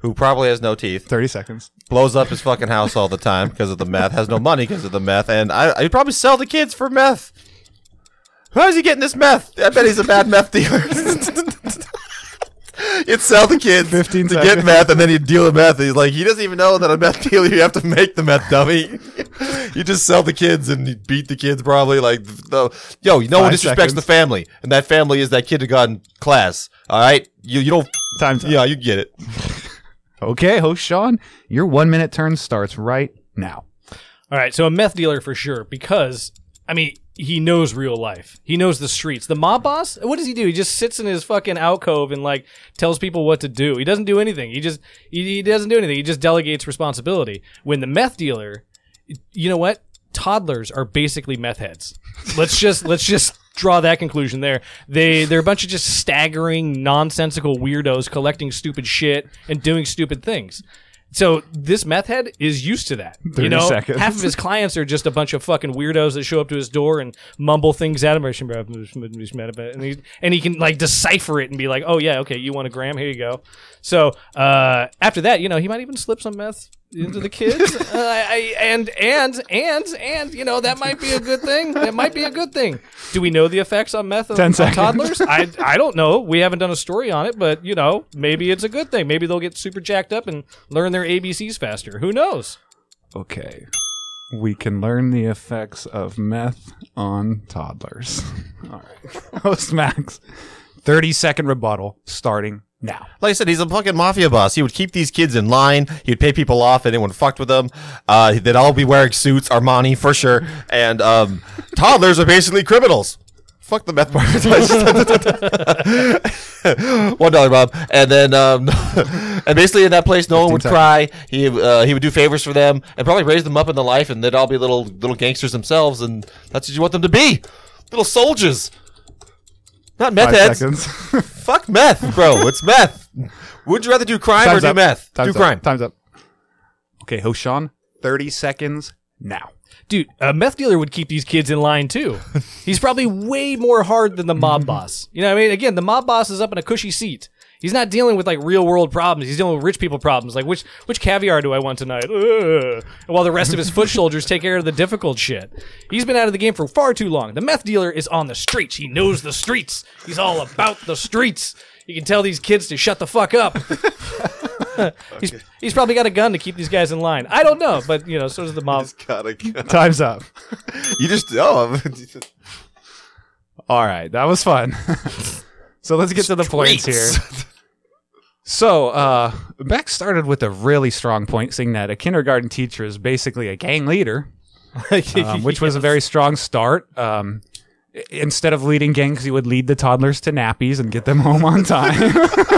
C: who probably has no teeth,
A: 30 seconds.
C: blows up his fucking house all the time because of the meth, has no money because of the meth, and I, I'd probably sell the kids for meth. How is he getting this meth? I bet he's a bad meth dealer. (laughs) You'd sell the kid
A: 15
C: to
A: seconds.
C: get meth, and then he'd deal the meth. He's like, he doesn't even know that a meth dealer. You have to make the meth dummy. (laughs) you just sell the kids and you beat the kids probably. Like, the, yo, no one
A: Five
C: disrespects
A: seconds.
C: the family, and that family is that kindergarten class. All right, you you don't.
A: Time's up.
C: Yeah, you get it.
A: Okay, host Sean, your one minute turn starts right now.
B: All right, so a meth dealer for sure because I mean he knows real life. He knows the streets. The mob boss, what does he do? He just sits in his fucking alcove and like tells people what to do. He doesn't do anything. He just he, he doesn't do anything. He just delegates responsibility. When the meth dealer, you know what? Toddlers are basically meth heads. Let's just (laughs) let's just draw that conclusion there. They they're a bunch of just staggering nonsensical weirdos collecting stupid shit and doing stupid things. So this meth head is used to that.
A: 30
B: You know,
A: seconds.
B: half of his clients are just a bunch of fucking weirdos that show up to his door and mumble things at him, and he and he can like decipher it and be like, "Oh yeah, okay, you want a gram? Here you go." So uh, after that, you know, he might even slip some meth into the kids, uh, I, I, and and and and you know that might be a good thing. That might be a good thing. Do we know the effects on meth on,
A: 10
B: on
A: seconds.
B: toddlers? I I don't know. We haven't done a story on it, but you know, maybe it's a good thing. Maybe they'll get super jacked up and learn their ABCs faster. Who knows?
A: Okay. We can learn the effects of meth on toddlers. (laughs) All right. Host Max, 30 second rebuttal starting now.
C: Like I said, he's a fucking mafia boss. He would keep these kids in line. He'd pay people off, and anyone fucked with them, uh, they'd all be wearing suits, Armani for sure. And um, (laughs) toddlers are basically criminals. (laughs) Fuck the meth part. One dollar, Bob. And then, um, (laughs) and basically in that place, no one would
A: 15
C: cry. He uh, he would do favors for them and probably raise them up in the life, and they'd all be little little gangsters themselves. And that's what you want them to be, little soldiers, not meth
A: Five (laughs)
C: heads.
A: seconds.
C: Fuck meth,
D: (laughs)
C: bro. It's meth. Would you rather do crime or do meth?
A: Time's
C: do
A: up.
C: crime.
A: Time's up. Okay, host Sean, 30 seconds now.
B: Dude, a meth dealer would keep these kids in line too. He's probably way more hard than the mob boss. You know what I mean? Again, the mob boss is up in a cushy seat. He's not dealing with like real world problems. He's dealing with rich people problems. Like which which caviar do I want tonight? Ugh. While the rest of his foot soldiers take care of the difficult shit. He's been out of the game for far too long. The meth dealer is on the streets. He knows the streets. He's all about the streets. You can tell these kids to shut the fuck up. (laughs) he's, he's probably got a gun to keep these guys in line. I don't know, but you know, so does the mob.
C: Gotta
A: (laughs)
C: go.
A: Time's up.
C: You
A: (laughs)
C: just oh, I'm-
A: All right, that was fun. (laughs) so let's get to the points here. So, uh, Beck started with a really strong point, saying that a kindergarten teacher is basically a gang leader,
B: (laughs)
A: um, which was a very strong start. Um, i- instead of leading gangs, he would lead the toddlers to nappies and get them (laughs) home on time.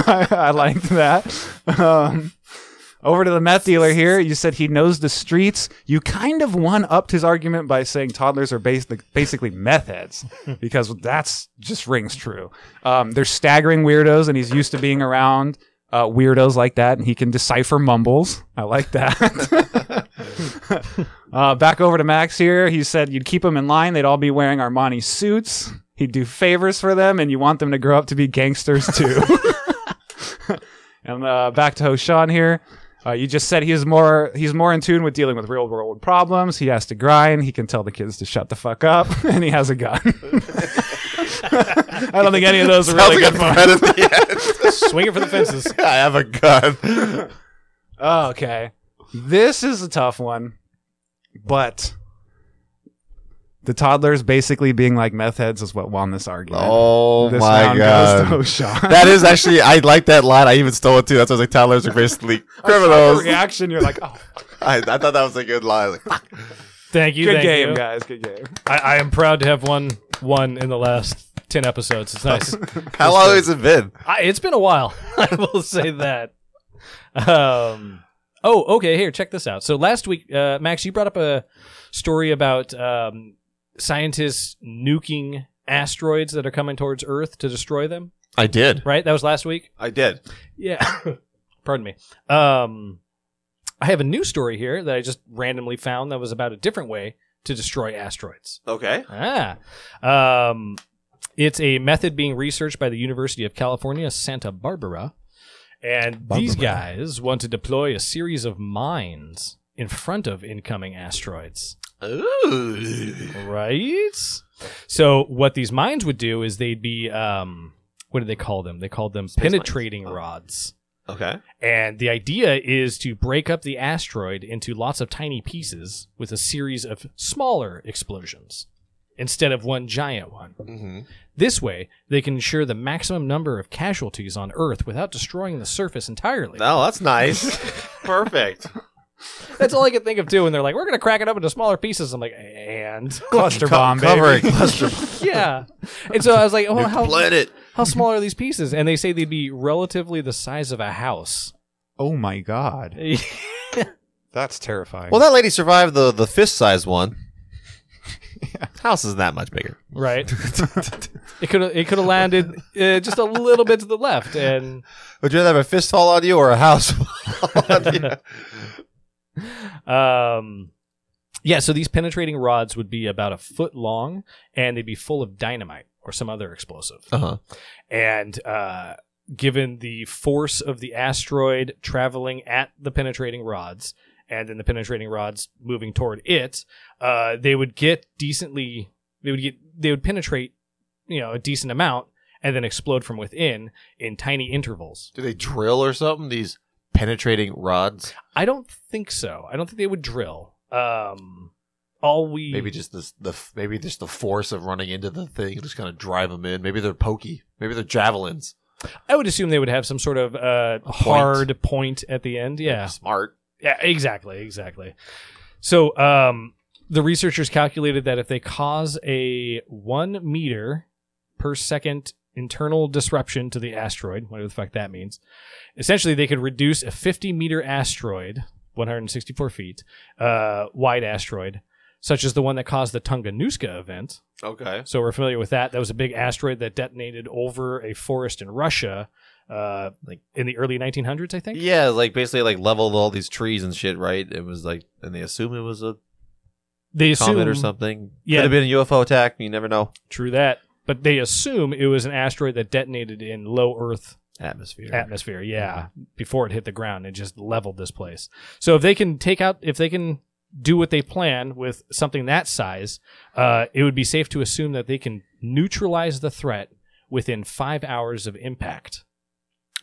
A: I, I liked that. Um, over to the meth dealer here. You said he knows the streets. You kind of one upped his argument by saying toddlers are basic, basically meth heads (laughs) because that's just rings true. Um, they're staggering weirdos, and he's used to being around uh, weirdos like that, and he can decipher mumbles. I like that. (laughs) uh, back over to Max here. He said you'd keep them in line. They'd all be wearing Armani suits. He'd do favors for them, and you want them to grow up to be gangsters too. (laughs) And uh, back to Hoshan here. Uh, you just said he's more he's more in tune with dealing with real world problems. He has to grind. He can tell the kids to shut the fuck up, (laughs) and he has a gun. I don't think any of those are really good.
C: Sounds like a threat at the
D: (laughs)
C: end.
B: Swing it for the fences.
C: I have a gun.
A: Oh, okay, this is a tough one, but the toddlers basically being like meth heads is what won this argument.
C: Oh
A: this
C: my
A: round
C: god.
D: (laughs)
A: goes to Hoshan.
C: That is actually, I like that line. I even stole it too. That's why I was like,
D: (laughs)
C: toddlers are basically
A: Your
C: criminals.
A: reaction, you're like, oh,
C: I, I thought that was a good line. I was like, fuck.
B: Thank (laughs) you.
A: good
B: thank
A: game,
B: you.
A: guys, good game.
B: I, I am proud to have won one in the last ten episodes. It's nice.
C: (laughs) How long has it been?
B: (laughs) I, it's been a while. (laughs) I will say that. Um. Oh, okay. Here, check this out. So last week, uh, Max, you brought up a story about um, scientists nuking asteroids that are coming towards Earth to destroy them.
D: I did.
B: Right? That was last week.
C: I did.
B: Yeah. (coughs) Pardon me. Um, I have a new story here that I just randomly found that was about a different way to destroy asteroids.
C: Okay.
B: Ah. Um, it's a method being researched by the University of California, Santa Barbara. And these guys want to deploy a series of mines in front of incoming asteroids. Right? So, what these mines would do is they'd be, um, what do they call them? They called them
C: mines.
B: penetrating
C: Oh.
B: rods.
C: Okay.
B: And the idea is to break up the asteroid into lots of tiny pieces with a series of smaller explosions instead of one giant one.
D: Mm-hmm.
B: This way, they can ensure the maximum number of casualties on Earth without destroying the surface entirely.
C: No, that's
D: (laughs)
C: nice. Perfect.
B: That's all I can think of, too. And they're like, we're going to crack it up into smaller pieces. I'm like, and?
A: Cluster bomb, baby. (laughs)
D: Covering.
B: yeah. And so I was like, oh, how,
C: Planet.
B: how small are these pieces? And they say they'd be relatively the size of a house.
A: Oh my god, that's terrifying.
D: Well, that lady survived the, the fist
C: (laughs)
D: sized one. House isn't that much bigger.
B: Right. it could it could have landed uh, just a little bit to the left, and
D: Would you rather have a fist fall on you or a house fall on you?
B: um, yeah. So these penetrating rods would be about a foot long, and they'd be full of dynamite or some other explosive.
C: Oh.
D: Uh-huh.
B: And uh, given the force of the asteroid traveling at the penetrating rods, and then the penetrating rods moving toward it, uh, they would get decently. They would get. They would penetrate, you know, a decent amount, and then explode from within in tiny intervals.
D: Do they drill or something? These penetrating rods?
B: I don't think so. I don't think they would drill. Um, all we
D: Maybe just this, the f- maybe just the force of running into the thing just kind of drive them in. Maybe they're pokey. Maybe they're javelins.
B: I would assume they would have some sort of uh, hard point at the end. Yeah,
D: Smart.
B: yeah, exactly, exactly. So um, the researchers calculated that if they cause a one meter per second internal disruption to the asteroid, whatever the fuck that means, essentially they could reduce a 50 meter asteroid, 164 feet uh, wide asteroid, such as the one that caused the Tunguska event.
C: Okay.
B: So we're familiar with that. That was a big asteroid that detonated over a forest in Russia, uh, like in the early 1900s, I think.
D: Yeah, like basically like leveled all these trees and shit, right? It was like, and they assume it was a
B: they assume
D: comet or something.
B: Yeah.
D: Could have been a UFO attack. You never know.
B: True that. But they assume it was an asteroid that detonated in low Earth
D: Atmosphere.
B: atmosphere. Yeah,
D: Mm-hmm.
B: before it hit the ground and just leveled this place. So if they can take out, if they can do what they plan with something that size, uh, it would be safe to assume that they can neutralize the threat within five hours of impact.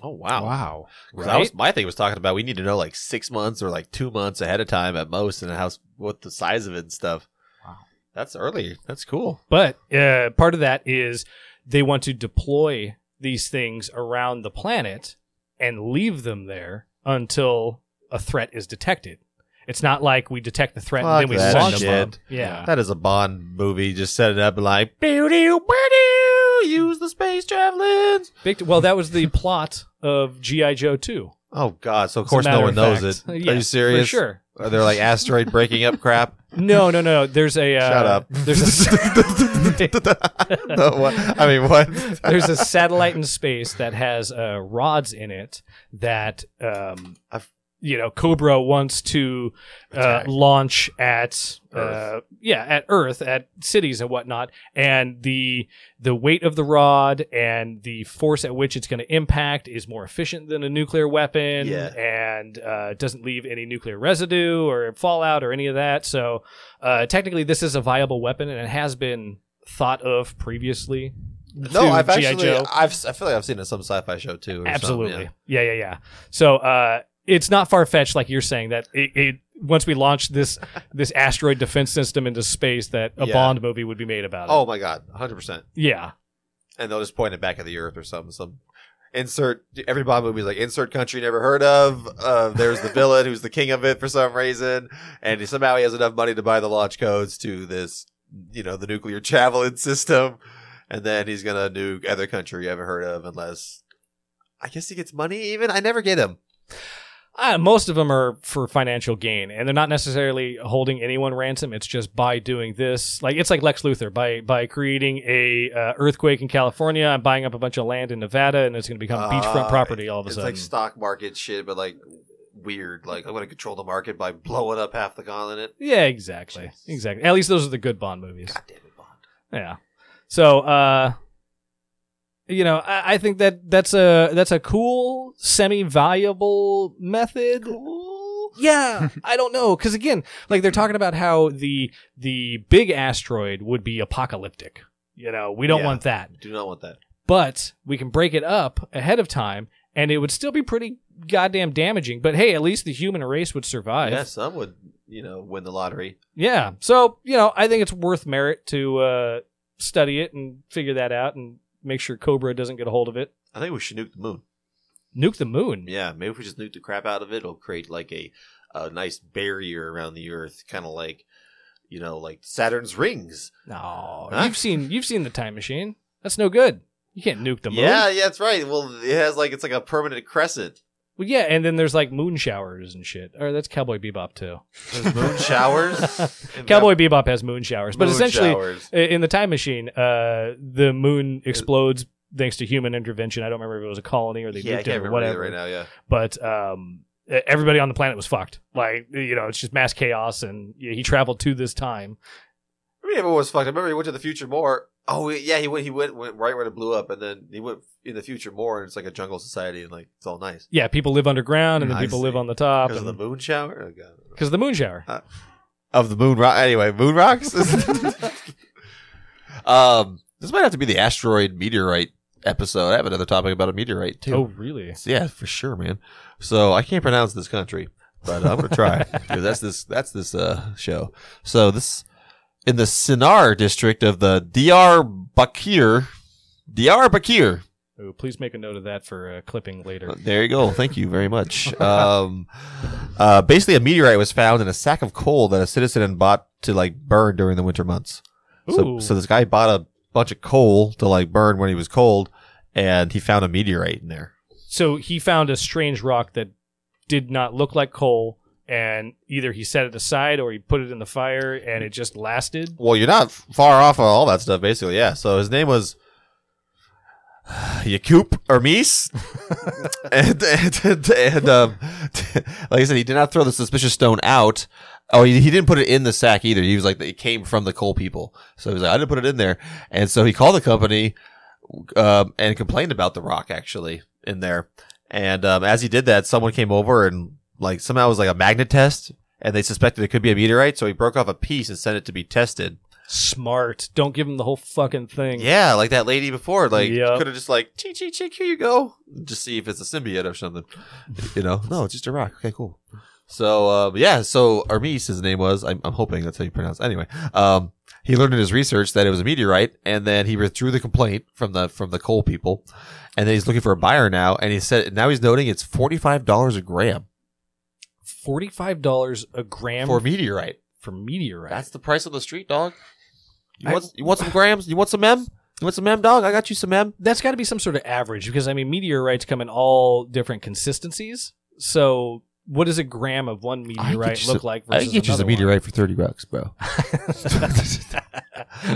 D: oh wow.
A: Wow.
D: 'Cause I was, my thing was talking about we need to know like six months or like two months ahead of time at most, and how what the size of it and stuff.
A: Wow.
D: That's early. That's cool.
B: But uh, part of that is they want to deploy these things around the planet and leave them there until a threat is detected. It's not like we detect the threat
D: Fuck
B: and then we
D: that
B: launch
D: shit.
B: them. Yeah.
D: That is a Bond movie. Just set it up and like, beauty, beauty, use the space javelins.
B: Big t- well, that was the plot of G.I. Joe 2.
D: Oh God! So of
B: As a
D: course no
B: matter
D: one
B: of
D: knows
B: fact.
D: it.
B: (laughs) Yeah,
D: Are you serious?
B: For sure.
D: Are there like asteroid breaking up
B: (laughs)
D: crap?
B: No, no, no. There's a. Uh,
D: Shut up.
B: There's
D: (laughs)
B: a,
D: no, what? I mean, what?
B: (laughs) there's a satellite in space that has uh, rods in it that. Um,
D: I've-
B: you know, Cobra wants to uh,
D: Attack.
B: launch at uh,
D: Earth.
B: yeah at Earth at cities and whatnot, and the the weight of the rod and the force at which it's going to impact is more efficient than a nuclear weapon,
D: Yeah.
B: and uh, doesn't leave any nuclear residue or fallout or any of that. So uh, technically, this is a viable weapon, and it has been thought of previously.
D: no,
B: to
D: I've
B: G.I.
D: actually,
B: Joe.
D: I've, I um, feel like I've seen it in some sci-fi show too. Or
B: Absolutely.
D: Something,
B: yeah. yeah, yeah, So uh, it's not far fetched, like you're saying that it, it once we launch
D: (laughs)
B: this this asteroid defense system into space, that a
D: Yeah.
B: Bond movie would be made about
D: yeah.
B: it.
D: Oh my God, hundred percent.
B: yeah,
D: And they'll just point it back at the Earth or something. Some insert every Bond movie is like insert country never heard of. Uh, there's the villain who's the king of it for some reason, and somehow he has enough money to buy the launch codes to this, you know, the nuclear javelin system, and then he's gonna nuke other country you haven't heard of unless. I guess he gets money. Even I never get him.
B: uh, most of them are for financial gain, and they're not necessarily holding anyone ransom. It's just by doing this, like it's like Lex Luthor by by creating a uh, earthquake in California, I'm buying up a bunch of land in Nevada, and it's going to become beachfront
D: Uh,
B: property all of a
D: it's
B: sudden.
D: like stock market shit, but like weird. Like I'm gonna control the market by blowing up half the continent.
B: yeah, exactly, exactly. At least those are the good Bond movies.
D: God damn it, Bond.
B: Yeah. So, uh, you know, I, I think that that's a that's a cool, semi-valuable method.
D: (laughs)
B: Yeah, I don't know, because again, like they're talking about how the the big asteroid would be apocalyptic. You know, we don't
D: Yeah.
B: want that,
D: Do not want that.
B: but we can break it up ahead of time, and it would still be pretty goddamn damaging. But hey, at least the human race would survive.
D: yeah, some would, you know, win the lottery.
B: Yeah. So, you know, I think it's worth merit to uh, study it and figure that out and make sure Cobra doesn't get a hold of it.
D: I think we should nuke the moon.
B: Nuke the moon.
D: Yeah, maybe if we just nuke the crap out of it, it'll create like a, a nice barrier around the Earth, kind of like, you know, like Saturn's rings.
B: No.
D: Huh?
B: You've seen you've seen the time machine. That's no good. You can't nuke the moon.
D: Yeah, yeah, that's right. Well, it has like it's like a permanent crescent.
B: Well, yeah, and then there's like moon showers and shit. Or that's Cowboy Bebop too.
D: There's (laughs) moon showers. And
B: Cowboy Bebop has moon showers,
D: moon
B: but essentially
D: showers.
B: i- in the time machine, uh, the moon explodes thanks to human intervention. I don't remember if it was a colony or they
D: yeah, I
B: nuked
D: can't
B: it or
D: remember
B: whatever.
D: either right now. Yeah.
B: but um, everybody on the planet was fucked. Like you know, it's just mass chaos, and yeah, he traveled to this time.
D: I mean, everyone was fucked. I remember he went to the future more. Oh yeah, he went. He went, went right where it blew up, and then he went in the future more, and it's like a jungle society, and like it's all nice
B: Yeah, people live underground, and then
D: I
B: people
D: see.
B: live on the top
D: because of the
B: because
D: moon shower. Oh, God.
B: of the moon shower.
D: of the moon rock. Anyway, moon rocks. (laughs) um, this might have to be the asteroid meteorite episode. I have another topic about a meteorite too.
B: Oh, really?
D: Yeah, for sure, man. So I can't pronounce this country, but I'm gonna try because that's this that's this uh show. So this (laughs) in the Sinar district of the Diyarbakir, Diyarbakir
B: Oh, please make a note of that for uh, clipping later.
D: there you go. Thank you very much. Um, uh, basically, a meteorite was found in a sack of coal that a citizen had bought to like burn during the winter months. So,
B: Ooh.
D: so this guy bought a bunch of coal to like burn when he was cold, and he found a meteorite in there.
B: So he found a strange rock that did not look like coal, and either he set it aside or he put it in the fire, and it just lasted.
D: Well, you're not far off on all that stuff, basically. Yeah. So his name was Yacoop Hermes, (laughs) and and, and, um, like I said, he did not throw the suspicious stone out. Oh, he, he didn't put it in the sack either. He was like, it came from the coal people. So he was like, I didn't put it in there. And so he called the company um, and complained about the rock actually in there. And um, as he did that, someone came over and like somehow it was like a magnet test, and they suspected it could be a meteorite. So he broke off a piece and sent it to be tested.
B: Smart. Don't give him the whole fucking thing.
D: Yeah, like that lady before, like
B: Yep.
D: could have just like cheek cheek cheek. Here you go. Just see if it's a symbiote or something. (laughs) You know? No, it's just a rock. Okay, cool. So um, yeah, so Armis, his name was. I'm, I'm hoping that's how you pronounce. It. Anyway, um, he learned in his research that it was a meteorite, and then he withdrew the complaint from the from the coal people, and then he's looking for (laughs) a buyer now. And he said now he's noting it's forty five dollars a gram
B: Forty-five dollars a gram
D: for a
B: for,
D: meteorite.
B: meteorite.
D: That's the price on the street, dog. You
B: I-
D: want you want some grams? You want some M? You want some M, dog? I got you some M.
B: that's got to be some sort of average because I mean meteorites come in all different consistencies. So what does a gram of one meteorite
D: you
B: look
D: some-
B: like
D: I
B: versus
D: can get you
B: another
D: some meteorite for thirty bucks, (laughs) bro.
B: one?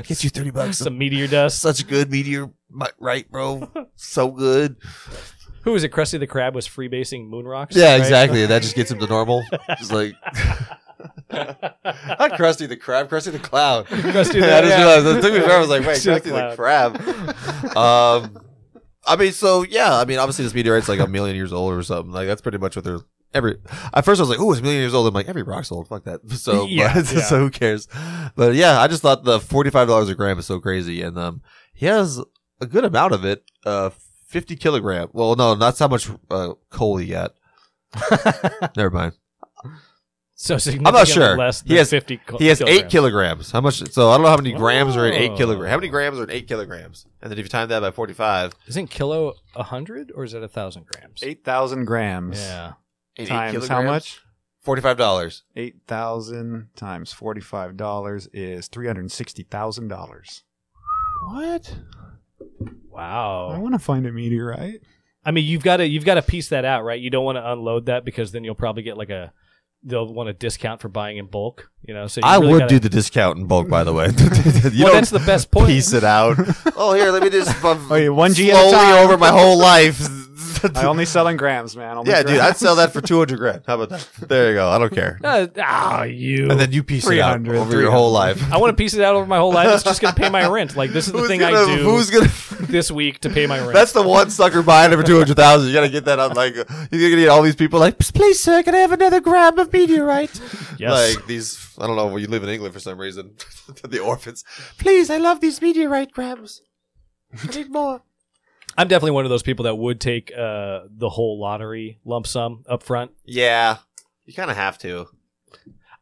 D: Get you thirty bucks.
B: some meteor
D: (laughs)
B: dust.
D: Such good meteor, mi- right, bro? so good.
B: Who was it? Krusty the Crab was freebasing moon rocks.
D: (laughs) Yeah,
B: right?
D: exactly. That just gets him to normal. Just (laughs) like not Krusty the Crab, Krusty the
B: (laughs)
D: Cloud. (laughs)
B: Krusty the-
D: I just
B: yeah.
D: realized it took me forever. I
C: (laughs)
D: was like, wait,
B: Krusty the
D: Krusty the Crab. um, I mean, so yeah, I mean, obviously this meteorite's like a million years old or something. Like that's pretty much what they're every. At first, I was like, oh, it's a million years old. I'm like, every rock's old. Fuck that.
C: (laughs)
D: (laughs) So,
B: Yeah,
D: but-
B: yeah.
D: so who cares? But yeah, I just thought the forty five dollars a gram is so crazy, and um, he has a good amount of it. Uh, fifty kilogram. Well, no, that's how much (laughs) uh, coal he got. Never mind.
B: So significantly
D: sure.
B: less
D: He
B: than
D: has-
B: fifty. co-
D: He has eight
B: kilograms.
D: kilograms. How much? So I don't know how many grams are in eight
B: Oh.
D: kilograms. How many grams are in eight kilograms? And then if you time that by forty-five,
B: Isn't kilo a hundred or is it a thousand grams?
A: Eight thousand grams.
B: Yeah.
D: in
A: Times
D: eight
A: how
D: kilograms,
A: much?
D: Forty-five (laughs) dollars.
A: Eight thousand times forty-five dollars is three hundred sixty thousand dollars. What? I
B: Wow.
A: want to find a meteorite.
B: I mean, you've got to you've got to piece that out, right? You don't want to unload that because then you'll probably get like a they'll want a discount for buying in bulk. You know, so you
D: I
B: really
D: would
B: gotta-
D: do the discount in bulk, by the way. (laughs) you
B: well,
D: don't
B: that's the best point.
D: piece it out. (laughs) oh, here, let me just um,
A: Okay, Oh, one G at a
D: slowly
A: time.
D: over my whole life.
A: I only sell in grams, man. Only
D: (laughs) yeah, dude, I'd
A: grams.
D: sell that for two hundred grand. How about that? There you go. I don't care.
B: Uh, ah, you.
D: And then you piece it out
A: 300,
D: over your whole life.
B: I want to piece it out over my whole life. It's just gonna pay my rent. Like this is the
D: Who's
B: thing
D: gonna,
B: I do
D: Who's gonna? (laughs)
B: this week to pay my rent.
D: That's the one sucker buying it for two hundred thousand. You gotta get that out. Like you're gonna get all these people like, please, sir, can I have another gram of meteorite?
B: yes.
D: Like these, I don't know. Well, you live in England for some reason. (laughs) the orphans, please, I love these meteorite grams. I need (laughs) more.
B: I'm definitely one of those people that would take uh, the whole lottery lump sum up front.
D: Yeah, you kind of have to.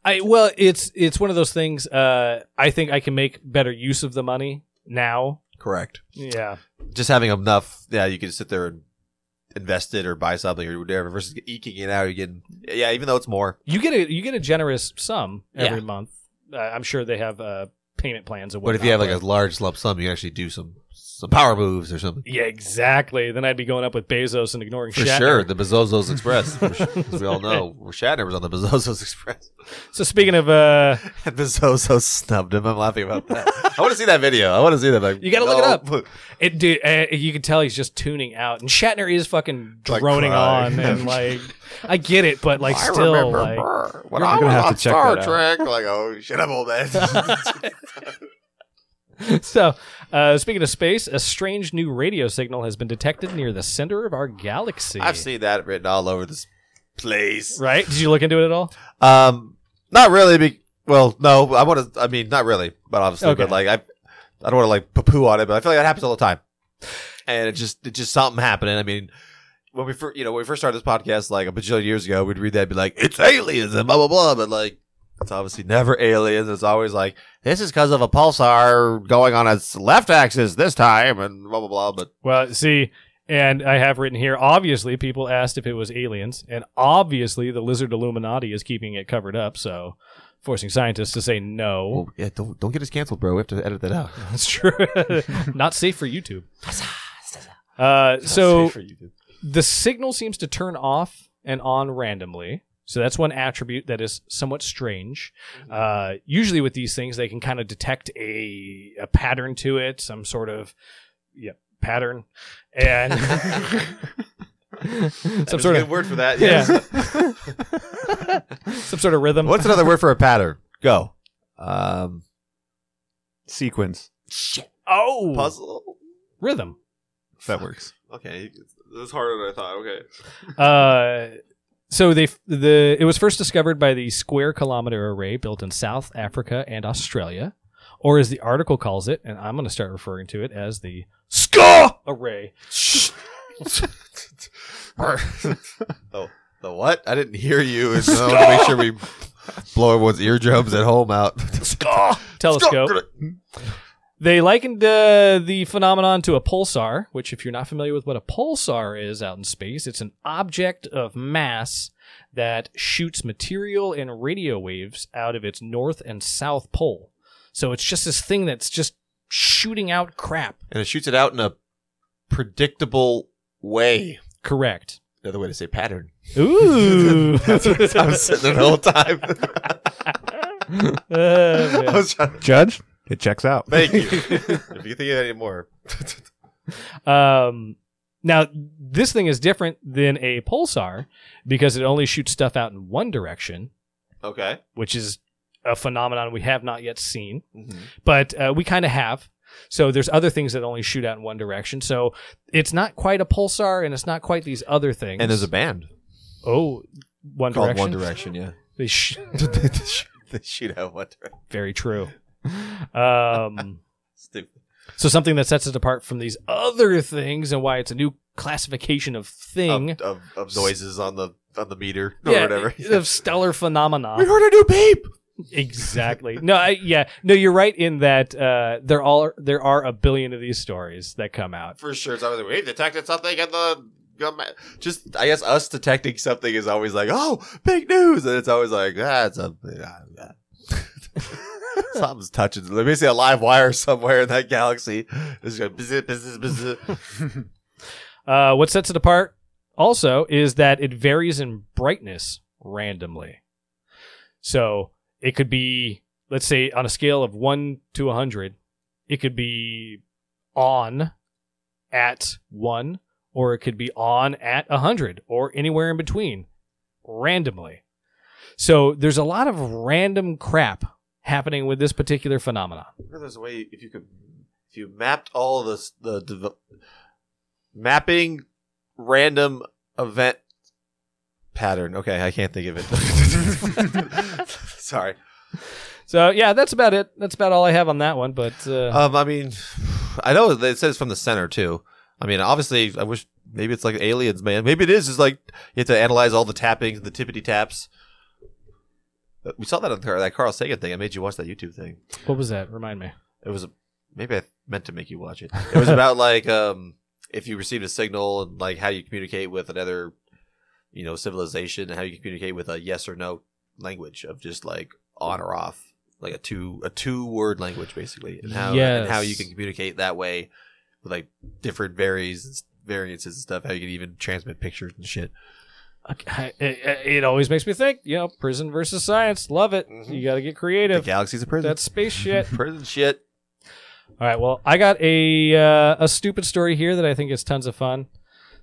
B: I well, it's it's one of those things. Uh, I think I can make better use of the money now.
D: Correct.
B: Yeah,
D: Just having enough. Yeah, you can sit there and invest it or buy something or whatever. Versus eking it out, you getting yeah. Even though it's more,
B: you get a you get a generous sum every
D: Yeah.
B: month. Uh, I'm sure they have uh, payment plans. And
D: but
B: whatnot,
D: if you have like a large lump sum, you can actually do some some power moves or something.
B: yeah, exactly. Then I'd be going up with Bezos and ignoring
D: For
B: Shatner.
D: sure, the Bezos Express. As we all know, Shatner was on the Bezos Express.
B: So speaking of, uh,
D: And Bezos snubbed him. I'm laughing about that. I want to see that video. I want to see that. Like,
B: You gotta look it up.
D: no.
B: it dude, uh, you can tell he's just tuning out, and Shatner is fucking
D: Like
B: droning
D: crying.
B: on,
D: (laughs)
B: and like I get it, but like
D: I
B: still,
D: remember
B: like
D: Burr. when
A: You're
D: I
A: gonna
D: was
A: have
D: on
A: to check
D: Star
A: that
D: Trek. Like, oh shit, I'm
B: (laughs)
D: old man.
B: (laughs) so uh, speaking of space, a strange new radio signal has been detected near the center of our galaxy.
D: I've seen that written all over this place.
B: Right? Did you look into it at all?
D: Um, not really. Be- well, no, I want to. I mean, not really. But obviously,
B: Okay.
D: but like, I, I don't want to like poo-poo on it, but I feel like that happens all the time. And it just, it just something happening. I mean, when we first, you know, when we first started this podcast, like a bajillion years ago, we'd read that, and be like, it's aliens and blah blah blah, but like. It's obviously never aliens. It's always like this is because of a pulsar going on its left axis this time, and blah blah blah. But
B: Well, see, and I have written here. Obviously, people asked if it was aliens, and obviously, the lizard Illuminati is keeping it covered up, so forcing scientists to say no.
D: oh, yeah, don't don't get us canceled, bro. We have to edit that out.
B: That's true. (laughs) Not safe for YouTube. Uh, so the signal seems to turn off and on randomly. So that's one attribute that is somewhat strange. Uh, usually with these things, they can kind of detect a, a pattern to it, some sort of yeah, pattern. And some
D: There's
B: sort
D: a good
B: of
D: word for that.
B: yeah, (laughs)
D: Yes.
B: some sort of rhythm.
F: (laughs) What's another word for a pattern? Go. Um,
A: Sequence.
B: Oh,
D: Puzzle.
B: rhythm.
A: That works.
D: Okay, that's harder than I thought. Okay.
B: Uh, so they f- the it was first discovered by the Square Kilometer Array built in South Africa and Australia, or as the article calls it, and I'm going to start referring to it as the SCAR Array.
F: (laughs) Oh, the what? I didn't hear you. and So I want to make sure
D: (laughs)
F: we blow everyone's eardrums at home out.
B: telescope. They likened uh, the phenomenon to a pulsar, which, if you're not familiar with what a pulsar is out in space, it's an object of mass that shoots material and radio waves out of its north and south pole. So it's just this thing that's just shooting out crap.
C: and it shoots it out in a predictable way.
B: Correct.
C: Another way to say pattern.
B: (laughs) Ooh.
C: I was sitting there the whole
D: (laughs)
C: time.
F: (laughs)
B: Uh,
D: I was trying to-
A: Judge, it checks out.
D: Thank you. (laughs) if you think of any more,
B: (laughs) Um, now, this thing is different than a pulsar because it only shoots stuff out in one direction,
D: okay.
B: which is a phenomenon we have not yet seen,
D: Mm-hmm.
B: but uh, we kind of have. So there's other things that only shoot out in one direction. So it's not quite a pulsar, and it's not quite these other things.
F: and there's a band
B: oh, One
F: called
B: Direction.
F: One Direction. Yeah.
B: They sh- (laughs)
F: (laughs) they shoot out one direction.
B: Very true. Um,
D: Stupid.
B: so something that sets it apart from these other things, and why it's a new classification of thing.
D: Of, of, of noises on the on the meter or
B: yeah,
D: whatever. (laughs)
B: of stellar phenomena.
F: (laughs) We heard a new beep.
B: Exactly. No, I, yeah, no, you're right in that uh, there all there are a billion of these stories that come out.
D: For sure, it's always like we detected something at the. Just, I guess us detecting something is always like, oh, big news, and it's always like, ah, it's a, (laughs) ah, ah. something's touching. Let me see a live wire somewhere in that galaxy. It's going bzz, bzz, bzz.
B: Uh, what sets it apart also is that it varies in brightness randomly. So it could be, let's say, on a scale of one to a hundred, it could be on at one, or it could be on at a hundred, or anywhere in between, randomly. So there's a lot of random crap happening with this particular phenomenon.
D: I wonder if there's a way if you could if you mapped all the s- the dev- mapping random event pattern. Okay, I can't think of
F: (laughs)
D: it. Sorry.
B: So yeah, that's about it. That's about all I have on that one. But uh,
F: Um, I mean, I know that it says from the center too. I mean, obviously, I wish maybe it's like aliens, man. Maybe it is. It's like you have to analyze all the tappings, the tippity taps. Uh, We saw that on the, that Carl Sagan thing. I made you watch that YouTube thing.
B: what was that? Remind me.
F: It was a, maybe I meant to make you watch it. It was
B: (laughs)
F: about like um if you received a signal and like how you communicate with another, you know, civilization and how you communicate with a yes or no language of just like on or off, like a two a two word language basically, and how and how you
B: Yes.
F: can communicate that way with like different varies variances and stuff. How you can even transmit pictures and shit.
B: Okay. It, it- it always makes me think, you know, prison versus science. Love it.
D: Mhm.
B: You got to get
F: The
B: creative.
F: galaxy's a prison. (laughs)
B: That's space shit. (laughs)
F: prison shit.
B: All right. Well, I got a uh, a stupid story here that I think is tons of fun.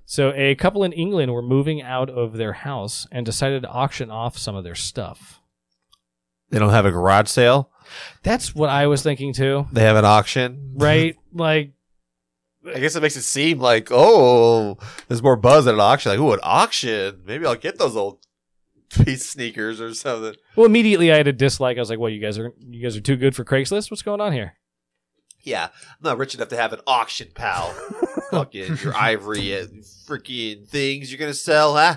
B: So, a couple in England were moving out of their house and decided to auction off some of their stuff.
F: They don't have a garage sale.
B: That's what I was thinking too.
F: They have an auction.
B: Right? like,
F: I guess it makes it seem like, oh, there's more buzz at an auction. Like, ooh, an auction. Maybe I'll get those old
D: These sneakers or something.
B: well, immediately I had a dislike. I was like, "Well, you guys are you guys are too good for Craigslist. What's going on here?"
D: Yeah, I'm not rich enough to have an auction,
B: (laughs)
D: pal. Fucking your ivory uh, freaking things you're gonna sell, huh?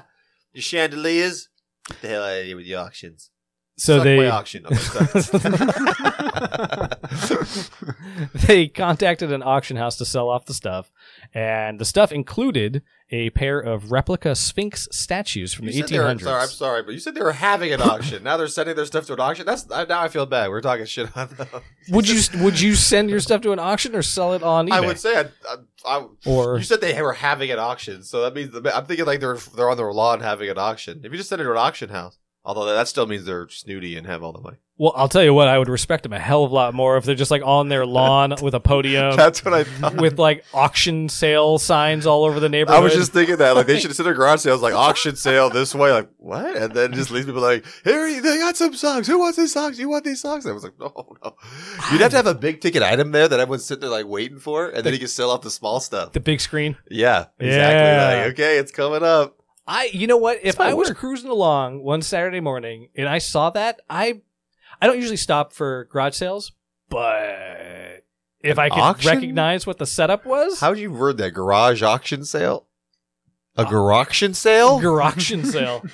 D: Your chandeliers. Get the hell out of here with the auctions.
B: So
D: Suck
B: they
D: my auction. Okay,
B: (laughs)
D: sorry.
B: they contacted an auction house to sell off the stuff, and the stuff included a pair of replica Sphinx statues from
D: (laughs) You
B: the
D: said they were-
B: 1800s.
D: I'm sorry, I'm sorry, but you said they were having an auction. now they're sending their stuff to an auction. That's I, now I feel bad. We're talking shit on them.
B: Would you would you send your stuff to an auction or sell it on eBay?
D: I would say I, I, I,
B: or
D: you said they were having an auction, so that means the, I'm thinking like they're they're on their lawn having an auction. If you just send it to an auction house,
G: Although that still means they're snooty and have all the money.
B: Well, I'll tell you what, I would respect them a hell of a lot more if they're just like on their lawn with a
D: (laughs)
B: podium
G: That's what I thought.
B: with like auction sale signs all over the
G: I
B: neighborhood.
G: was just thinking that. Like, they should consider garage sales, like auction sale this way. Like, what? And then just leaves people like, here, they got some socks. Who wants these socks? You want these socks? I was like, no, no.
D: You'd have to have a big ticket item there that everyone's sitting there like waiting for, and then you can sell off the small stuff.
B: the big screen.
D: Yeah, exactly.
B: Yeah.
D: Like, okay, it's coming up.
B: I you know what? If
D: my
B: I was cruising along one Saturday morning and I saw that, I I don't usually stop for garage sales, but if I could
D: auction?
B: recognize what the setup was, (laughs)
D: How would you word that? Garage auction sale?
B: Uh,
D: A garage auction sale?
B: garage auction
D: (laughs)
B: sale,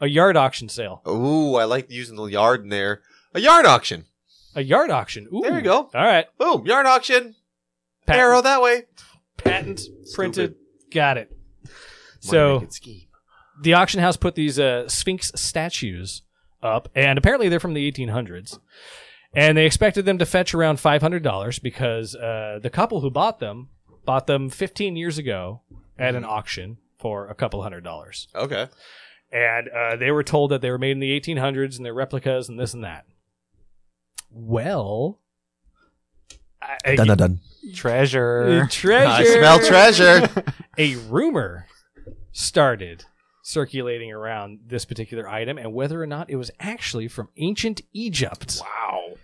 B: a yard auction sale,
D: Ooh, I like using the yard in there. A yard auction.
B: a yard auction. Ooh.
D: There you go.
B: All right,
D: Boom, yard auction.
B: Patent.
D: Arrow that way.
B: patent printed, got it. So the auction house put these uh, Sphinx statues up, and apparently they're from the 1800s. And they expected them to fetch around $500 because uh, the couple who bought them bought them 15 years ago at an auction for a couple hundred dollars.
D: Okay.
B: And uh, they were told that they were made in the 1800s and they're replicas and this and that. Well, I- I-
D: dun.
H: Treasure. (laughs)
B: treasure.
D: I
B: (laughs)
D: smell treasure.
B: a rumor started circulating around this particular item and whether or not it was actually from ancient Egypt. Wow.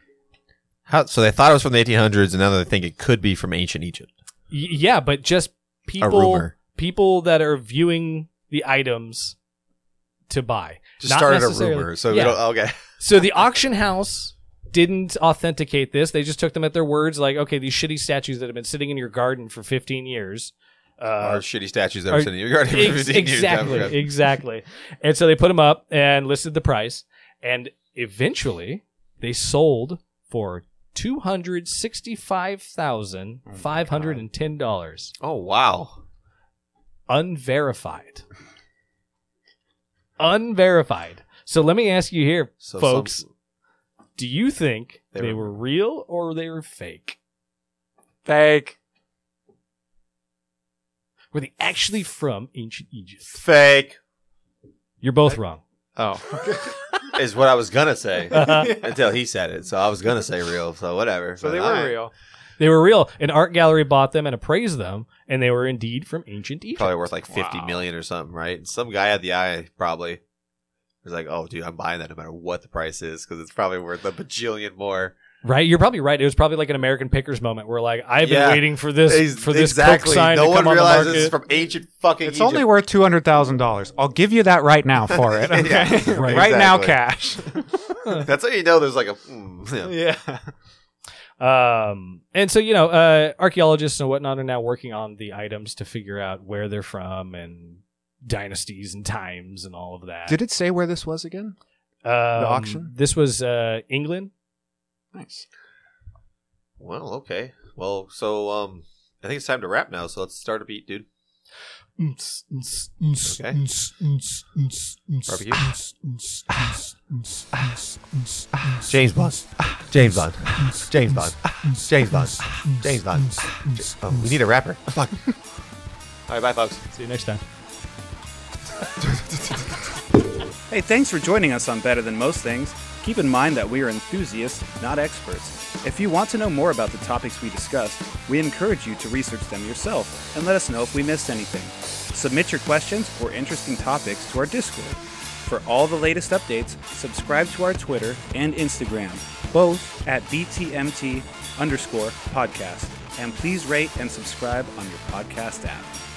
D: How, so they thought it was from the 1800s, and now they think it could be from ancient Egypt.
B: yeah, but just
D: a
B: people
D: rumor.
B: people that are viewing the items to buy.
G: Just
B: Not
G: started a
B: necessarily-
G: rumor. So,
B: Yeah.
G: we don't, okay.
B: So the auction house didn't authenticate this. They just took them at their words like, okay, these shitty statues that have been sitting in your garden for 15 years uh,
D: or shitty statues that
B: are-
D: were sitting in your garden for
B: (laughs) Ex-
D: 15 years.
B: exactly, exactly. And so they put them up and listed the price, and eventually they sold for two hundred sixty-five thousand five hundred and ten dollars,
D: Oh, wow.
B: unverified. unverified. So let me ask you here,
D: So
B: folks: Do you think they,
D: They
B: were
D: were-
B: real or they were fake?
H: Fake.
B: Were they actually from ancient Egypt?
G: Fake.
B: You're both wrong.
H: (laughs)
D: Oh. is what I was going to
B: (laughs)
D: say
B: Uh-huh.
D: until he said it. So I was going to say real, so whatever.
G: So they
D: But
G: were
D: I-
G: real.
B: They were real. An art gallery bought them and appraised them, and they were indeed from ancient Egypt. (laughs)
D: Probably worth like fifty million
B: Wow.
D: or something, right? Some guy had the eye, probably. Was like, oh, dude, I'm buying that no matter what the price is because it's probably worth a bajillion more.
B: Right? You're probably right. It was probably like an American Pickers moment where, like, I've been
D: Yeah.
B: waiting for this
D: Ex-
B: for this exactly. sign
D: no
B: to come
D: one
B: on the
D: realizes
B: market.
D: it's from ancient fucking.
H: It's
D: Egypt.
H: only worth two hundred thousand dollars. I'll give you that right now for
D: (laughs)
H: it. Okay?
D: Yeah,
H: right
B: right,
H: now,
D: exactly.
H: cash.
D: (laughs) That's how you know there's like
B: (laughs)
D: a. Mm, yeah.
H: yeah.
B: Um, and so you know, uh, archaeologists and whatnot are now working on the items to figure out where they're from and dynasties and times and all of that.
H: Did it say where this was again?
B: um,
H: auction?
B: This was uh, England.
H: Nice.
D: Well, okay. Well, so um, I think it's time to wrap now. So let's start a beat, dude. Okay. Barbecue. James Bond. James Bond. James Bond. James Bond. James Bond. Oh, we need a rapper. Fuck. All right, bye, folks.
B: See you next time.
A: Hey, thanks for joining us on Better Than Most Things. Keep in mind that we are enthusiasts, not experts. If you want to know more about the topics we discussed, we encourage you to research them yourself and let us know if we missed anything. Submit your questions or interesting topics to our Discord. For all the latest updates, subscribe to our Twitter and Instagram, both at BTMT underscore podcast. And please rate and subscribe on your podcast app.